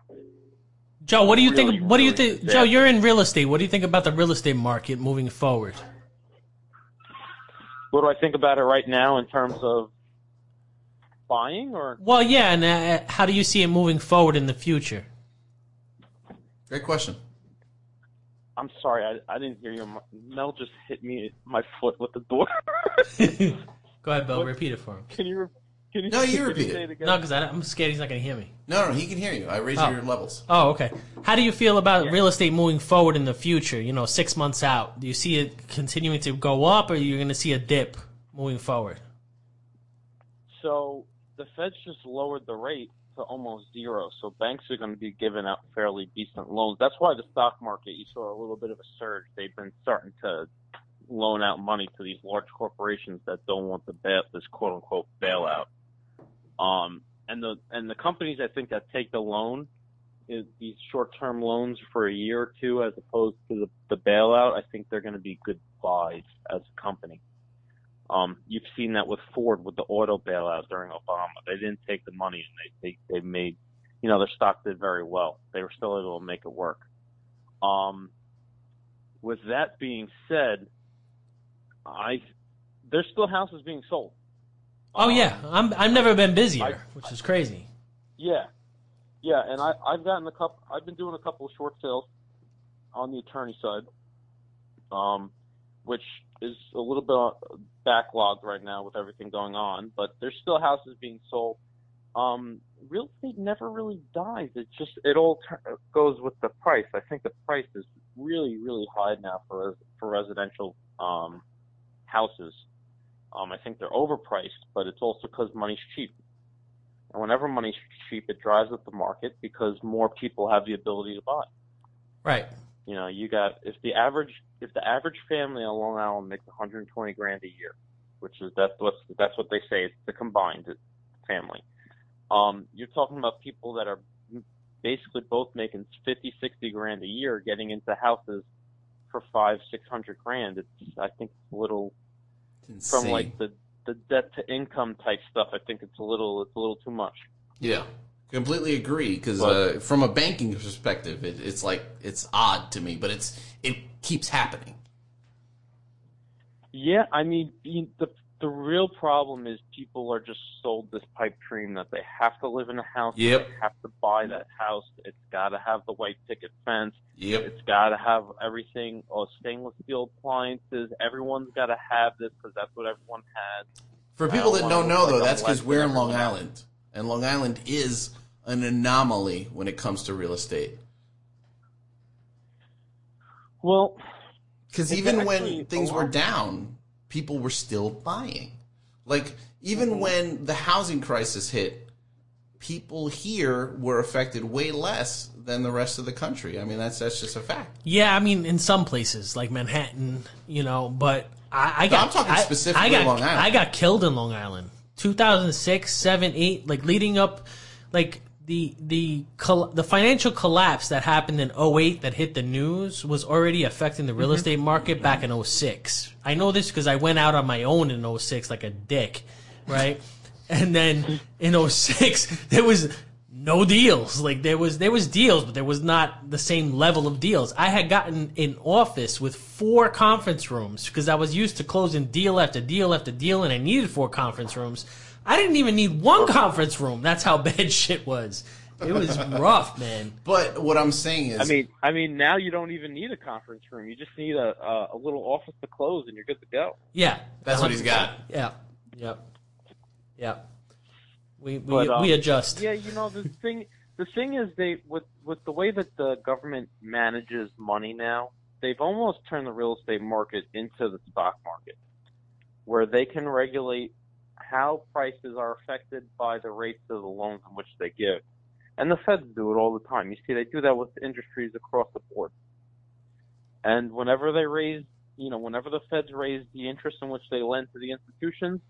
Joe, what do you Really, think? What do you really think? Joe, bad. you're in real estate. What do you think about the real estate market moving forward? what do I think about it right now in terms of buying or Well, yeah, and uh, how do you see it moving forward in the future? Great question. I'm sorry, I, I didn't hear you. Mel just hit me my foot with the door. Go ahead, Bill. Repeat it for him. can you? re- Can you? No, you can repeat say it. again? No, because I'm scared he's not going to hear me. No, no, he can hear you. I raised Oh. your levels. Oh, okay. How do you feel about real estate moving forward in the future? You know, six months out, do you see it continuing to go up, or you're going to see a dip moving forward? So the Fed's just lowered the rate to almost zero. So banks are going to be giving out fairly decent loans. That's why the stock market you saw a little bit of a surge. They've been starting to loan out money to these large corporations that don't want the bail this quote unquote bailout. Um, and the and the companies I think that take the loan is these short term loans for a year or two as opposed to the, the bailout. I think they're going to be good buys as a company. Um, you've seen that with Ford with the auto bailout during Obama. They didn't take the money and they, they, they made, you know, their stock did very well. They were still able to make it work. Um, with that being said, I, there's still houses being sold. Oh Um, yeah, I'm I've never been busier, which is crazy. yeah, yeah, and I I've gotten a couple. I've been doing a couple of short sales on the attorney side, um, which is a little bit backlogged right now with everything going on. But there's still houses being sold. Um, real estate never really dies. It just it all tur goes with the price. I think the price is really really high now for res- for residential um, houses. Um, I think they're overpriced, but it's also because money's cheap. And whenever money's cheap, it drives up the market because more people have the ability to buy. Right. You know, you got if the average if the average family on Long Island makes 120 grand a year, which is that's what's that's what they say it's the combined family. Um, you're talking about people that are basically both making 50, 60 grand a year, getting into houses for five, six hundred grand. It's I think it's a little It's insane. from like the the debt to income type stuff. I think it's a little it's a little too much. Yeah, completely agree. Because But- uh, from a banking perspective, it, it's like it's odd to me, but it's it keeps happening. Yeah, I mean the the- the real problem is people are just sold this pipe dream that they have to live in a house, Yep. they have to buy that house, it's got to have the white picket fence, Yep. it's got to have everything, oh, stainless steel appliances. Everyone's got to have this because that's what everyone has. For I people that don't wanna don't look know like though, I'm that's less because than we're in everyone Long else. Island, and Long Island is an anomaly when it comes to real estate. Well, Because It's even actually a when things were lot. down, people were still buying. Like, even Mm-hmm. when the housing crisis hit, people here were affected way less than the rest of the country. I mean, that's that's just a fact. Yeah, I mean, in some places like Manhattan, you know, but I, I got I'm talking I- specifically I got, Long Island. I got killed in Long Island, 2006, 7, 8, like leading up, like the the col- the financial collapse that happened in 08 that hit the news was already affecting the real Mm-hmm. estate market back in 06. I know this because I went out on my own in 06 like a dick, right? and then in 06 there was no deals. Like there was there was deals, but there was not the same level of deals. I had gotten an office with four conference rooms because I was used to closing deal after deal after deal, and I needed four conference rooms. I didn't even need one conference room. That's how bad shit was. It was rough, man. But what I'm saying is, I mean, I mean, now you don't even need a conference room. You just need a a, a little office to close, and you're good to go. Yeah, Uh, that's what he's got. Yeah, yep, yep. We we, But, um, we adjust. Yeah, you know the thing. The thing is, they with with the way that the government manages money now, they've almost turned the real estate market into the stock market, where they can regulate how prices are affected by the rates of the loans in which they give. And the Feds do it all the time. You see, they do that with industries across the board. And whenever they raise, you know, whenever the Feds raise the interest in which they lend to the institutions,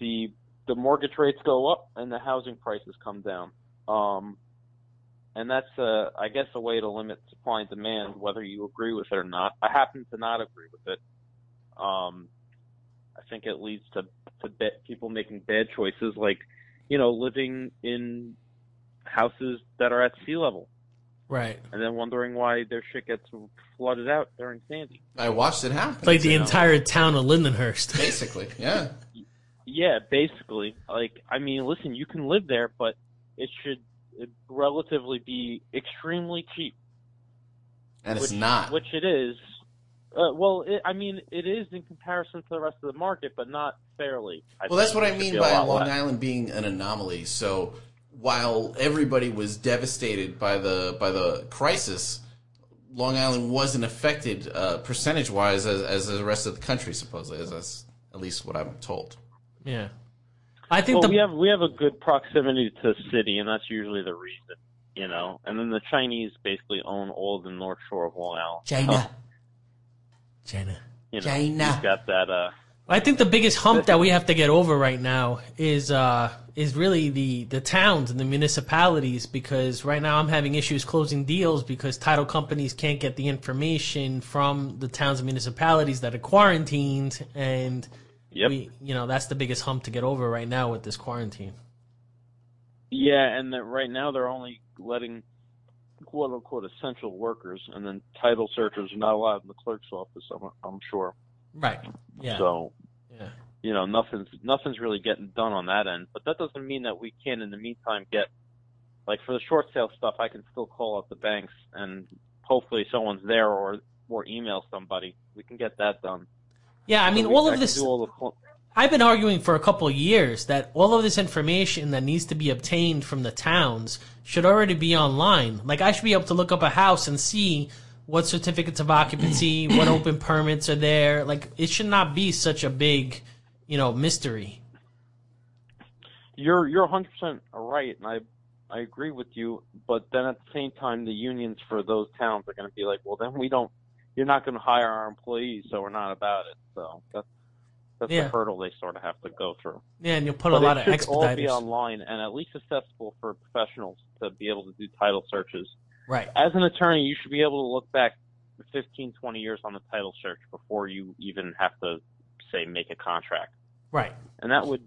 the the mortgage rates go up and the housing prices come down. Um, and that's, uh, I guess, a way to limit supply and demand, whether you agree with it or not. I happen to not agree with it. Um, I think it leads to to be- people making bad choices, like you know, living in houses that are at sea level, Right. and then wondering why their shit gets flooded out during Sandy. I watched it happen. Like the you know, entire town of Lindenhurst. basically, yeah. Yeah, basically. Like, I mean, listen, you can live there, but it should relatively be extremely cheap. And it's which, not. Which it is. Uh, well, it, I mean, it is in comparison to the rest of the market, but not fairly. I well, that's think what it I should mean be a by lot Long less. Island being an anomaly. So while everybody was devastated by the by the crisis, Long Island wasn't affected uh, percentage wise as, as the rest of the country. Supposedly, as, as at least what I'm told. Yeah. I think Well, the we have we have a good proximity to the city, and that's usually the reason, you know. And then the Chinese basically own all the North Shore of Long Island. Oh. China. China. You know, China. You've got that. Uh, I think the biggest hump that we have to get over right now is uh, is really the, the towns and the municipalities because right now I'm having issues closing deals because title companies can't get the information from the towns and municipalities that are quarantined and yep. we you know that's the biggest hump to get over right now with this quarantine. Yeah, and that right now they're only letting quote unquote essential workers, and then title searchers are not allowed in the clerk's office. I'm, I'm sure. Right. Yeah. So Yeah. you know nothing's nothing's really getting done on that end. But that doesn't mean that we can, in the meantime, get like for the short sale stuff. I can still call up the banks and hopefully someone's there or or email somebody. We can get that done. Yeah, I mean We- all of can this do all the cl- I've been arguing for a couple of years that all of this information that needs to be obtained from the towns should already be online. Like I should be able to look up a house and see what certificates of occupancy, what open permits are there. Like it should not be such a big, you know, mystery. you're you're 100 percent right, and I I agree with you. But then at the same time, the unions for those towns are going to be like, well, then we don't. You're not going to hire our employees, so we're not about it. So that's that's Yeah. the hurdle they sort of have to go through. Yeah, and you'll put But a lot it of should all be expediters. online and at least accessible for professionals to be able to do title searches. Right. As an attorney, you should be able to look back 15, 20 years on the title search before you even have to say make a contract Right. and that would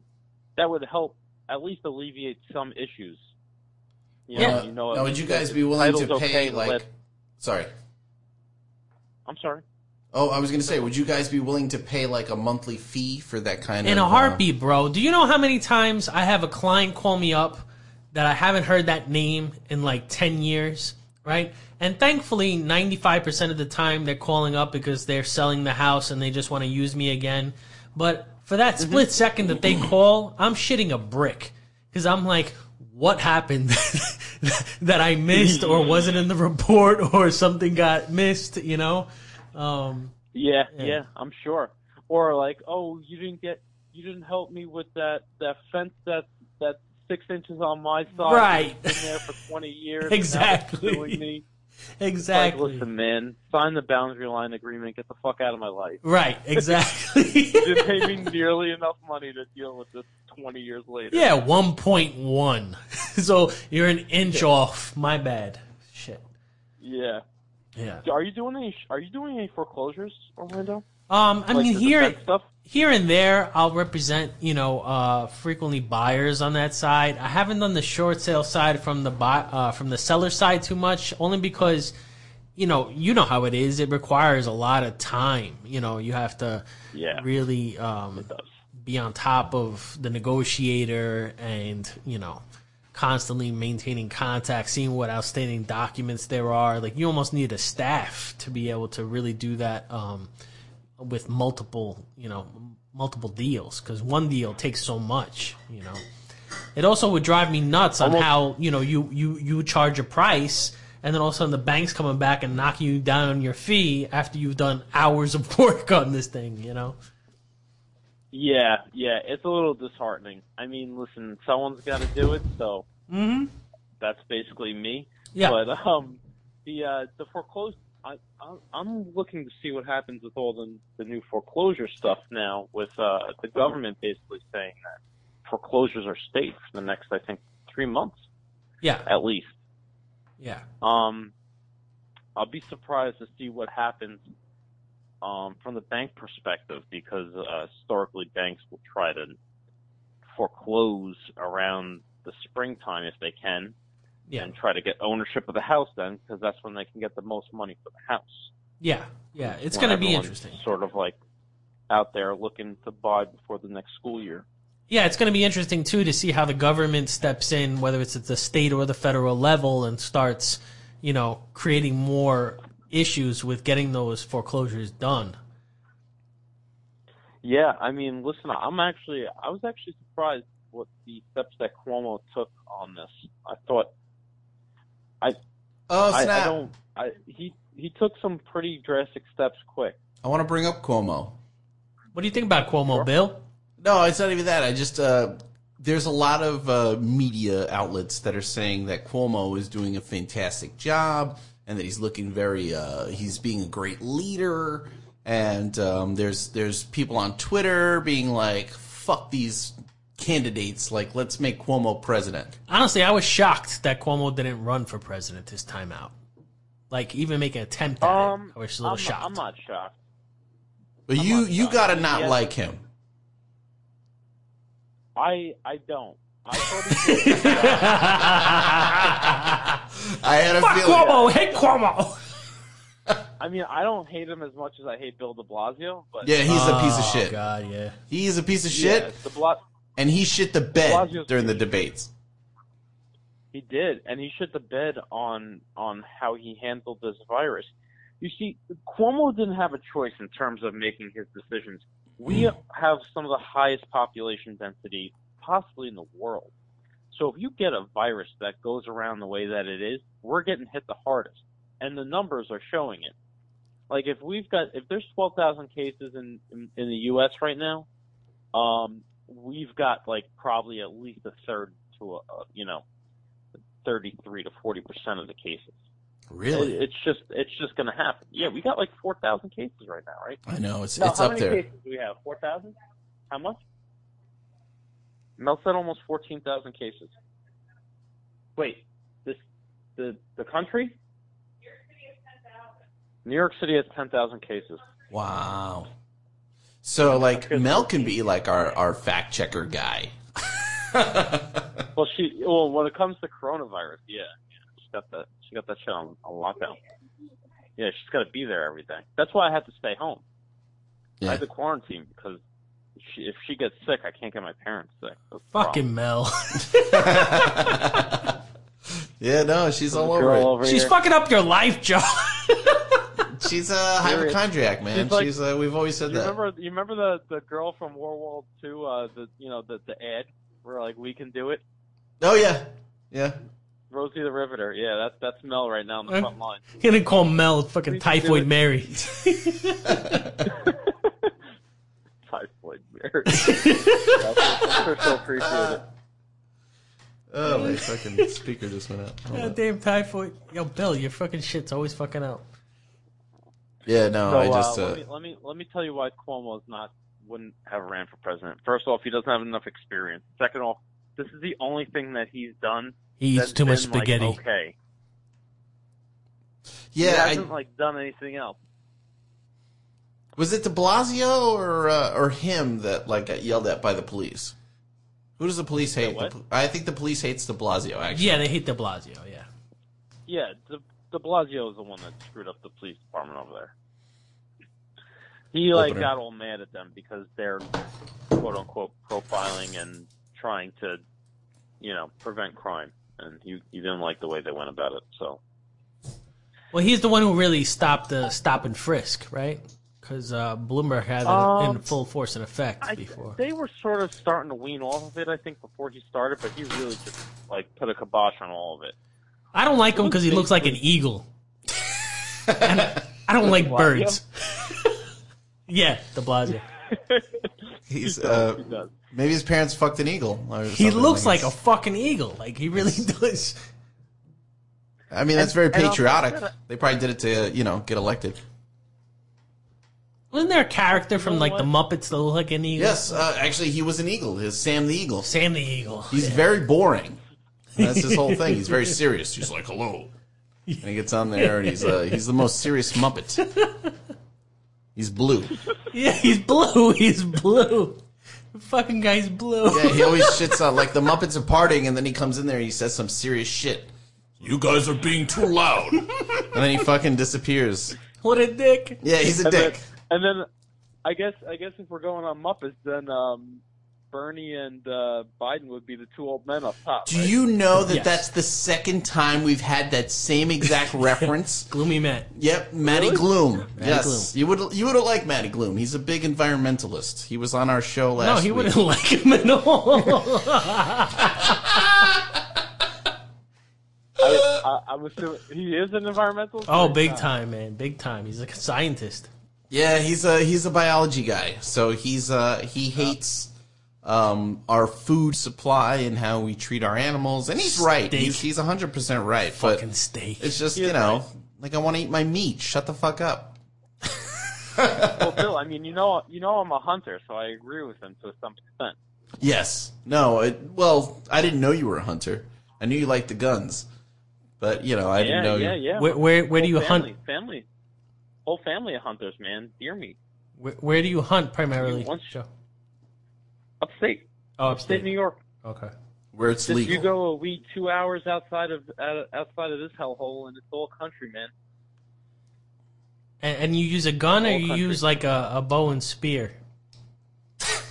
that would help at least alleviate some issues. You know, Yeah. you know, now, at would least you guys if be willing to pay title's okay, like? let- Sorry. I'm sorry. Oh, I was going to say, would you guys be willing to pay like a monthly fee for that kind of In a uh, heartbeat, bro. Do you know how many times I have a client call me up that I haven't heard that name in like 10 years, right? And thankfully, 95% of the time they're calling up because they're selling the house and they just want to use me again. But for that Mm-hmm. split second that they call, I'm shitting a brick because I'm like, what happened that I missed or wasn't in the report or something got missed, you know? Um, Yeah, yeah, I'm sure. Or like, oh, you didn't get, you didn't help me with that that fence that that's six inches on my side. Right. It's been there for 20 years. and now it's Exactly. suing me. Like, exactly. listen, man, sign the boundary line agreement. Get the fuck out of my life. Right, exactly. You didn't pay me nearly enough money to deal with this 20 years later. Yeah, one point one. so you're an inch off. My bad. Shit. Yeah. Yeah. Are you doing any? Are you doing any foreclosures, Orlando? Um, I Like mean the here defense stuff. here and there I'll represent, you know, uh, frequently buyers on that side. I haven't done the short sale side from the buy, uh, from the seller side too much, only because, you know, you know how it is. It requires a lot of time. You know, you have to Yeah. really um, be on top of the negotiator and you know constantly maintaining contact seeing what outstanding documents there are like you almost need a staff to be able to really do that um, with multiple you know multiple deals because one deal takes so much you know it also would drive me nuts on how you know you you you charge a price and then all of a sudden the bank's coming back and knocking you down on your fee after you've done hours of work on this thing you know Yeah, yeah, it's a little disheartening. I mean, listen, someone's got to do it, so that's basically me. Mm-hmm. Yeah. But um, the uh, the foreclosed, I, I, I'm looking to see what happens with all the the new foreclosure stuff now, with uh, the government basically saying that foreclosures are state for the next, I think, three months yeah at least. yeah Um, I'll be surprised to see what happens um, from the bank perspective because uh, historically banks will try to foreclose around the springtime if they can yeah and try to get ownership of the house then because that's when they can get the most money for the house. Yeah, yeah, it's When going to be everyone's interesting. Sort of like out there looking to buy before the next school year. Yeah, it's going to be interesting too to see how the government steps in, whether it's at the state or the federal level, and starts, you know, creating more issues with getting those foreclosures done. Yeah, I mean, listen, I'm actually, I was actually surprised what the steps that Cuomo took on this. I thought, Oh I, snap! I don't, I, he he took some pretty drastic steps quick. I want to bring up Cuomo. What do you think about Cuomo, Bill? No, it's not even that. I just uh, there's a lot of uh, media outlets that are saying that Cuomo is doing a fantastic job and that he's looking very uh, he's being a great leader. And um, there's there's people on Twitter being like, "Fuck these candidates! Like, let's make Cuomo president." Honestly, I was shocked that Cuomo didn't run for president this time out. Like, even make an attempt at Um, it. I was a little I'm, shocked. I'm not shocked. But you you gotta not Yeah. like him. I I don't. I thought he did. I had a Fuck feeling. Cuomo! Hate Cuomo! I mean, I don't hate him as much as I hate Bill De Blasio, but Yeah, he's a piece of Oh, shit. God, yeah. He is a piece of yeah, shit, the Blas and he shit the bed Blasio's during the debates. he did, and he shit the bed on on how he handled this virus. You see, Cuomo didn't have a choice in terms of making his decisions. We have some of the highest population density possibly in the world. So if you get a virus that goes around the way that it is, we're getting hit the hardest, and the numbers are showing it. Like if we've got if there's 12,000 cases in, in in the U.S. right now, um, we've got like probably at least a third to a, a you know 33 to 40 percent of the cases. Really? It- It's just it's just going to happen. Yeah, we got like 4,000 cases right now, right? I know it's No, it's how up many there. cases do we have? 4,000? How much? Mel said almost 14,000 cases. Wait, this the the country? New York City has 10,000 cases. Wow. So like Mel can be like our our fact checker guy. Well, she well when it comes to coronavirus, yeah, yeah, she got that she got that shit on, on lockdown. Yeah, she's got to be there every day. That's why I had to stay home. I Yeah. had to quarantine because she, if she gets sick, I can't get my parents sick. That's the Fucking Mel. Yeah, no, she's all problem. over girl it. over She's here. fucking up your life, Joe. She's a hypochondriac, man. She's like- She's uh, we've always said You that. remember? You remember the the girl from World War Two? Uh, the you know the the ad where like we can do it. Oh yeah. Yeah. Rosie the Riveter. Yeah, that's that's Mel right now on the Huh? front line. You're gonna call Mel fucking We can do Typhoid it. Mary. Typhoid Mary. I so appreciate it. Oh, my fucking speaker just went out. Hold on. Goddamn Typhoid. Yo, Bill, your fucking shit's always fucking up. Yeah, no, So, I just uh, uh, let, me, let me let me tell you why Cuomo's not wouldn't have ran for president. First off, he doesn't have enough experience. Second off, this is the only thing that he's done. He eats that's too much been, like, spaghetti. okay, yeah, he I, hasn't like done anything else. Was it De Blasio or uh, or him that like got yelled at by the police? Who does the police hate? The what? pol- I think the police hates De Blasio. Actually, Yeah, they hate De Blasio. Yeah. Yeah, De, De Blasio is the one that screwed up the police department over there. He like Opener. got all mad at them because they're quote unquote profiling and trying to, you know, prevent crime, and he he didn't like the way they went about it. So Well, he's the one who really stopped the stop and frisk, right? Because uh, Bloomberg had it Um, in full force and effect I, before. they were sort of starting to wean off of it, I think, before he started, but he really just like put a kibosh on all of it. I don't like him because he looks like an eagle. and I don't like birds. yeah, De Blasio. he's uh, He does. maybe his parents fucked an eagle. Or He looks like a fucking eagle. Like he really does. I mean, that's very and I'll- patriotic. They probably did it to uh, you know get elected. Wasn't there a character from like the Muppets that looked like an eagle? Yes, uh, actually, he was an eagle. His Sam the Eagle. Sam the Eagle. He's very boring. That's his whole thing. He's very serious. He's like, "Hello," and he gets on there, and he's uh, he's the most serious Muppet. He's blue. Yeah, he's blue. He's blue. The fucking guy's blue. Yeah, he always shits on like the Muppets are partying, and then he comes in there and he says some serious shit. You guys are being too loud, and then he fucking disappears. What a dick. Yeah, he's a and dick. Then, and then, I guess I guess if we're going on Muppets, then um, Bernie and uh, Biden would be the two old men up top. Do right? you know that Yes. that's the second time we've had that same exact reference? Gloomy man. Yep, Matty Gloom. yes, Gloom. you would you would have liked Matty Gloom. He's a big environmentalist. He was on our show last. No, he week. wouldn't like him at all. I, I, I'm assuming he is an environmentalist. oh, or big not? time, man. Big time. He's like a scientist. Yeah, he's a he's a biology guy. So he's uh he hates um our food supply and how we treat our animals. And he's right. He's Steak. he's hundred percent right. Fucking But steak. it's just He is you know right. like I want to eat my meat. Shut the fuck up. Well, Bill, I mean, you know, you know, I'm a hunter, so I agree with him to some extent. Yes. No. It, well, I didn't know you were a hunter. I knew you liked the guns, but you know I yeah, didn't know. yeah, you. yeah. Where where where do you Whole hunt? family, Family, whole family of hunters, man. Deer meat, Where, where do you hunt primarily? Once- Joe? upstate, Oh, upstate New York. Okay. Where it's Just legal. you go a wee two hours outside of out- outside of this hellhole, and it's all country, man. And, and you use a gun, or All you country. use like a, a bow and spear?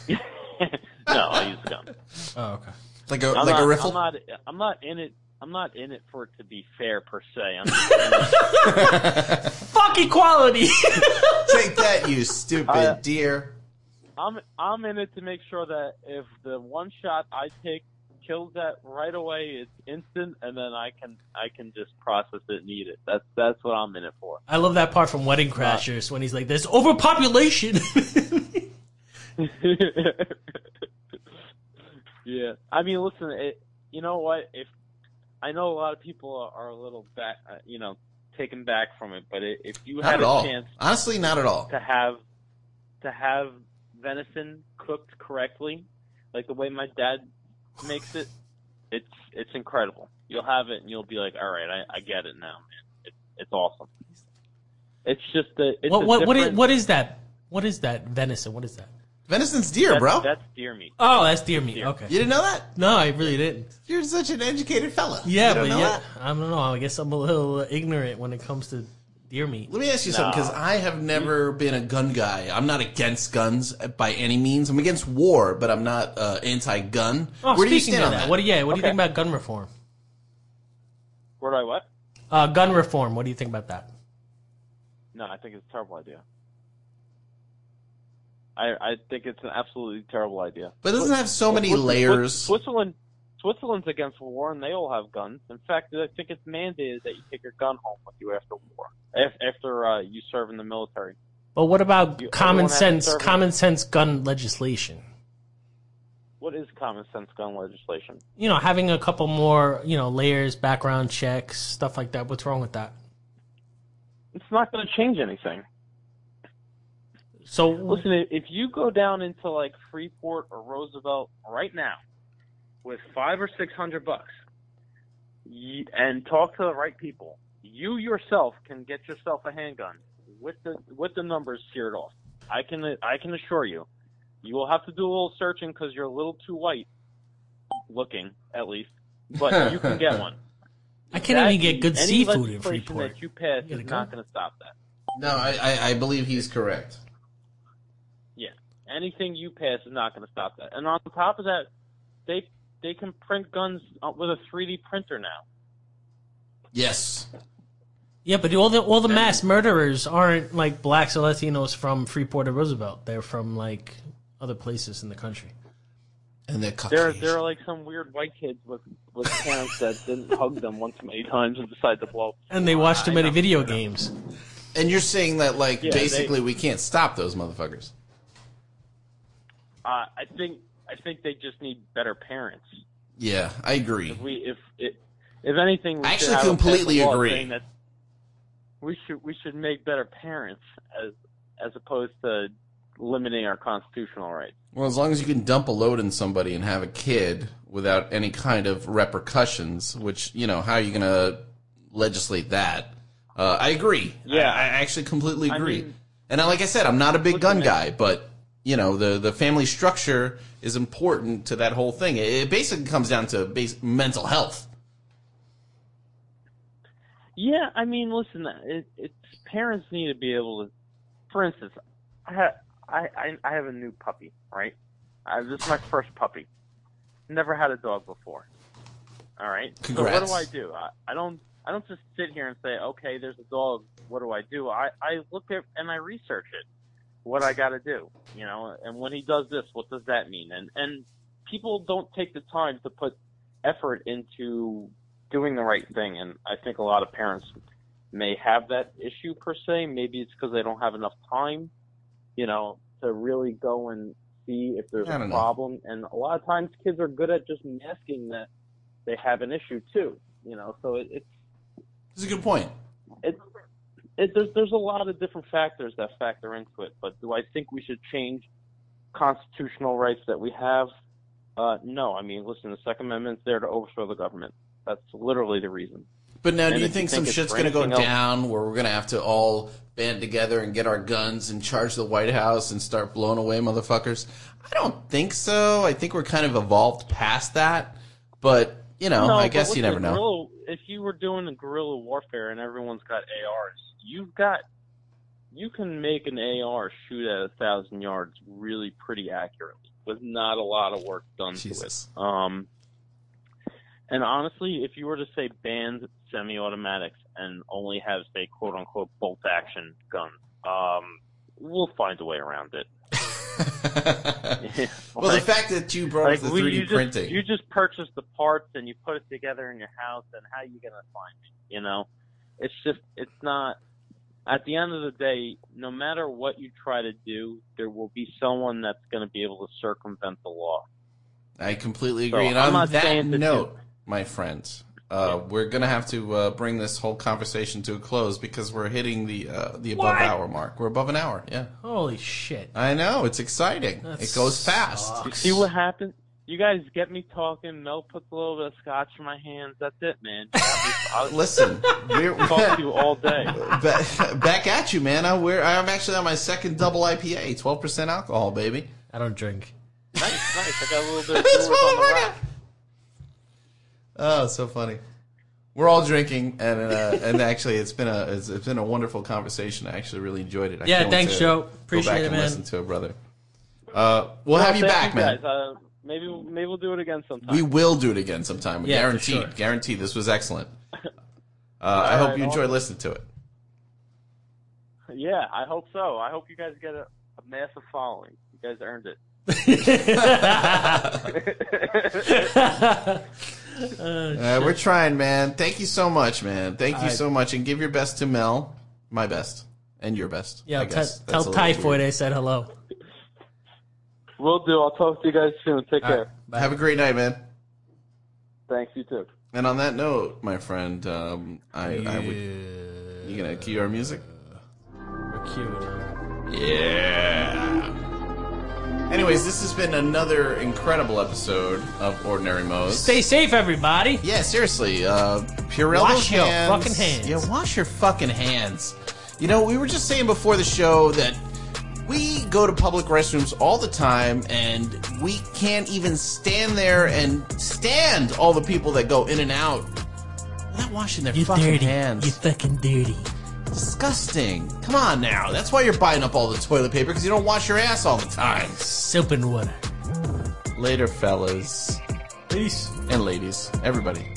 no, I use a gun. Oh, okay. like a I'm like not, a riffle. I'm not. I'm not in it. I'm not in it for it to be fair per se. I'm just in it- Fuck equality. Take that, you stupid I- deer. I'm I'm in it to make sure that if the one shot I take kills that right away, it's instant, and then I can I can just process it and eat it. That's that's what I'm in it for. I love that part from Wedding Crashers when he's like, "There's overpopulation." yeah, I mean, listen, it, you know what? If I know a lot of people are a little back, uh, you know, taken back from it, but i if you Not had at a all. chance Honestly, not at all. to have to have venison cooked correctly, like the way my dad makes it, it's it's incredible. You'll have it and you'll be like, all right, I, I get it now, man. It's it's awesome. It's just the it's what a what what is, different- what is that? What is that venison? What is that? Venison's deer, that's, bro. That's deer meat. Oh, that's deer meat. Okay. you didn't know that? No, I really didn't. You're such an educated fella. Yeah, You don't but know yeah, that? I don't know. I guess I'm a little ignorant when it comes to deer meat. Let me ask you something, because I Mm-hmm. have never been a gun guy. I'm not against guns by any means. I'm against war, but I'm not uh, anti-gun. Oh, Where do you speaking stand of on that? that, what do yeah, what do you Okay. think about gun reform? Where do I what? Uh, gun reform. What do you think about that? No, I think it's a terrible idea. I I think it's an absolutely terrible idea. but it doesn't have so many Swiss- layers. Swiss- Switzerland, Switzerland's against war, and they all have guns. In fact, I think it's mandated that you take your gun home with you after war, af- after uh, you serve in the military. But what about You- common everyone has to sense? serve it. Common sense gun legislation. What is common sense gun legislation? You know, having a couple more, you know, layers, background checks, stuff like that. What's wrong with that? It's not going to change anything. So Listen, i- if you go down into like Freeport or Roosevelt right now with five or six hundred bucks y- and talk to the right people, you yourself can get yourself a handgun with the with the numbers seared off. I can I can assure you, you will have to do a little searching because you're a little too white looking, at least. But you can get one. I can't even That- e, get good any seafood in legislation Freeport. That you pass gotta is go. not going to stop that. No, I, I, I believe he's correct. Yeah, anything you pass is not going to stop that. And on top of that, they they can print guns uh, with a 3D printer now. Yes. Yeah, but all the all the mass murderers aren't like blacks or Latinos from Freeport or Roosevelt. They're from like other places in the country. And they're There, Caucasian. there are like some weird white kids with with parents that didn't hug them once too many times and decided to blow. And they watch too I many know. video games. and you're saying that, like, Yeah, they- basically we can't stop those motherfuckers. Uh, I think I think they just need better parents. Yeah, I agree. We if it, if anything, we I should actually have a completely law agree. saying That we should we should make better parents as as opposed to limiting our constitutional rights. Well, as long as you can dump a load in somebody and have a kid without any kind of repercussions, which you know, how are you going to legislate that? Uh, I agree. Yeah. I, I actually completely I agree. mean- and I, like I said, I'm not a big Look, gun man. guy, but you know, the the family structure is important to that whole thing. It, it basically comes down to base, mental health. Yeah, I mean, listen, it, it's parents need to be able to. For instance, I ha- I, I I have a new puppy, right? I, this is my first puppy. Never had a dog before. All right. So what Congrats. do I do? I, I don't I don't just sit here and say, okay, there's a dog. What do I do? I I look at and I research it. What I got to do, you know? And when he does this, what does that mean? And and people don't take the time to put effort into doing the right thing. And I think a lot of parents may have that issue per se. Maybe it's because they don't have enough time, you know, to really go and see if there's I a don't know. problem. And a lot of times kids are good at just masking that they have an issue too, you know, so it, it's, That's a good point. it's, it, there's, there's a lot of different factors that factor into it, but do I think we should change constitutional rights that we have? Uh, no, I mean, listen, the Second Amendment's there to overthrow the government. That's literally the reason. But now, And do you if you think, think some it's shit's going to go branching out- down where we're going to have to all band together and get our guns and charge the White House and start blowing away motherfuckers? I don't think so. I think we're kind of evolved past that. But, you know, Oh, I but guess you listen, never know. guerrilla- if you were doing a guerrilla warfare and everyone's got ARs, you've got you can make an AR shoot at a thousand yards really pretty accurately with not a lot of work done Jesus. to it. Um, and honestly, if you were to say ban semi-automatics and only have say quote unquote bolt action guns, um, we'll find a way around it. well, the fact that you brought up the we- 3D you just, printing. You just purchase the parts and you put it together in your house, and how you gonna find it? You know, it's just it's not. At the end of the day, no matter what you try to do, there will be someone that's going to be able to circumvent the law. I completely So, agree. and I'm on not that saying that note, my friends, uh, we're gonna have to uh, bring this whole conversation to a close because we're hitting the uh, the above hour mark. We're above an hour. Yeah, Holy shit! I know. It's exciting. That it goes fast. sucks. You see what happens? You guys get me talking. Mel puts a little bit of scotch in my hands. That's it, man. I'll Listen, we're talk to you all day. back, back at you, man. I, we're, I'm actually on my second double IPA, 12% alcohol, baby. I don't drink. Nice, nice. I got a little bit of Brewers on the rock. Oh, so funny. We're all drinking, and uh, and actually, it's been a it's, it's been a wonderful conversation. I actually really enjoyed it. I Yeah, can't wait thanks, to Joe. go Appreciate back it, and man. Listen to it, brother. Uh, we'll have you back, Thank man. guys. Uh, maybe maybe we'll do it again sometime. We will do it again sometime. Yeah, for guaranteed. sure. Guaranteed. This was excellent. Uh, I hope right, you enjoy awesome. listening to it. Yeah, I hope so. I hope you guys get a, a massive following. You guys earned it. Uh, we're trying, man. Thank you so much, man. Thank you I- so much, and give your best to Mel. My best and your best. Yeah, I t- guess. That's tell a little Typhoid weird. I said hello. Will do. I'll talk to you guys soon. Take care. Have a great night, man. Thanks. You too. And on that note, my friend, um, I, I would. You gonna cue our music? We're cute. Yeah. Anyways, this has been another incredible episode of Ordinary Moe's. Stay safe, everybody. Yeah, seriously. Uh, Purell Wash those your hands. fucking hands. Yeah, wash your fucking hands. You know, we were just saying before the show that We go to public restrooms all the time, and we can't even stand there and stand all the people that go in and out without washing their You're fucking dirty. hands. You're fucking dirty. Disgusting. Come on now. That's why you're buying up all the toilet paper because you don't wash your ass all the time. Soap and water. Later, fellas Peace. and ladies, everybody.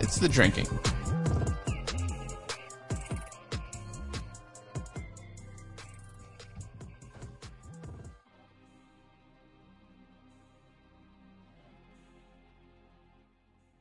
It's the drinking.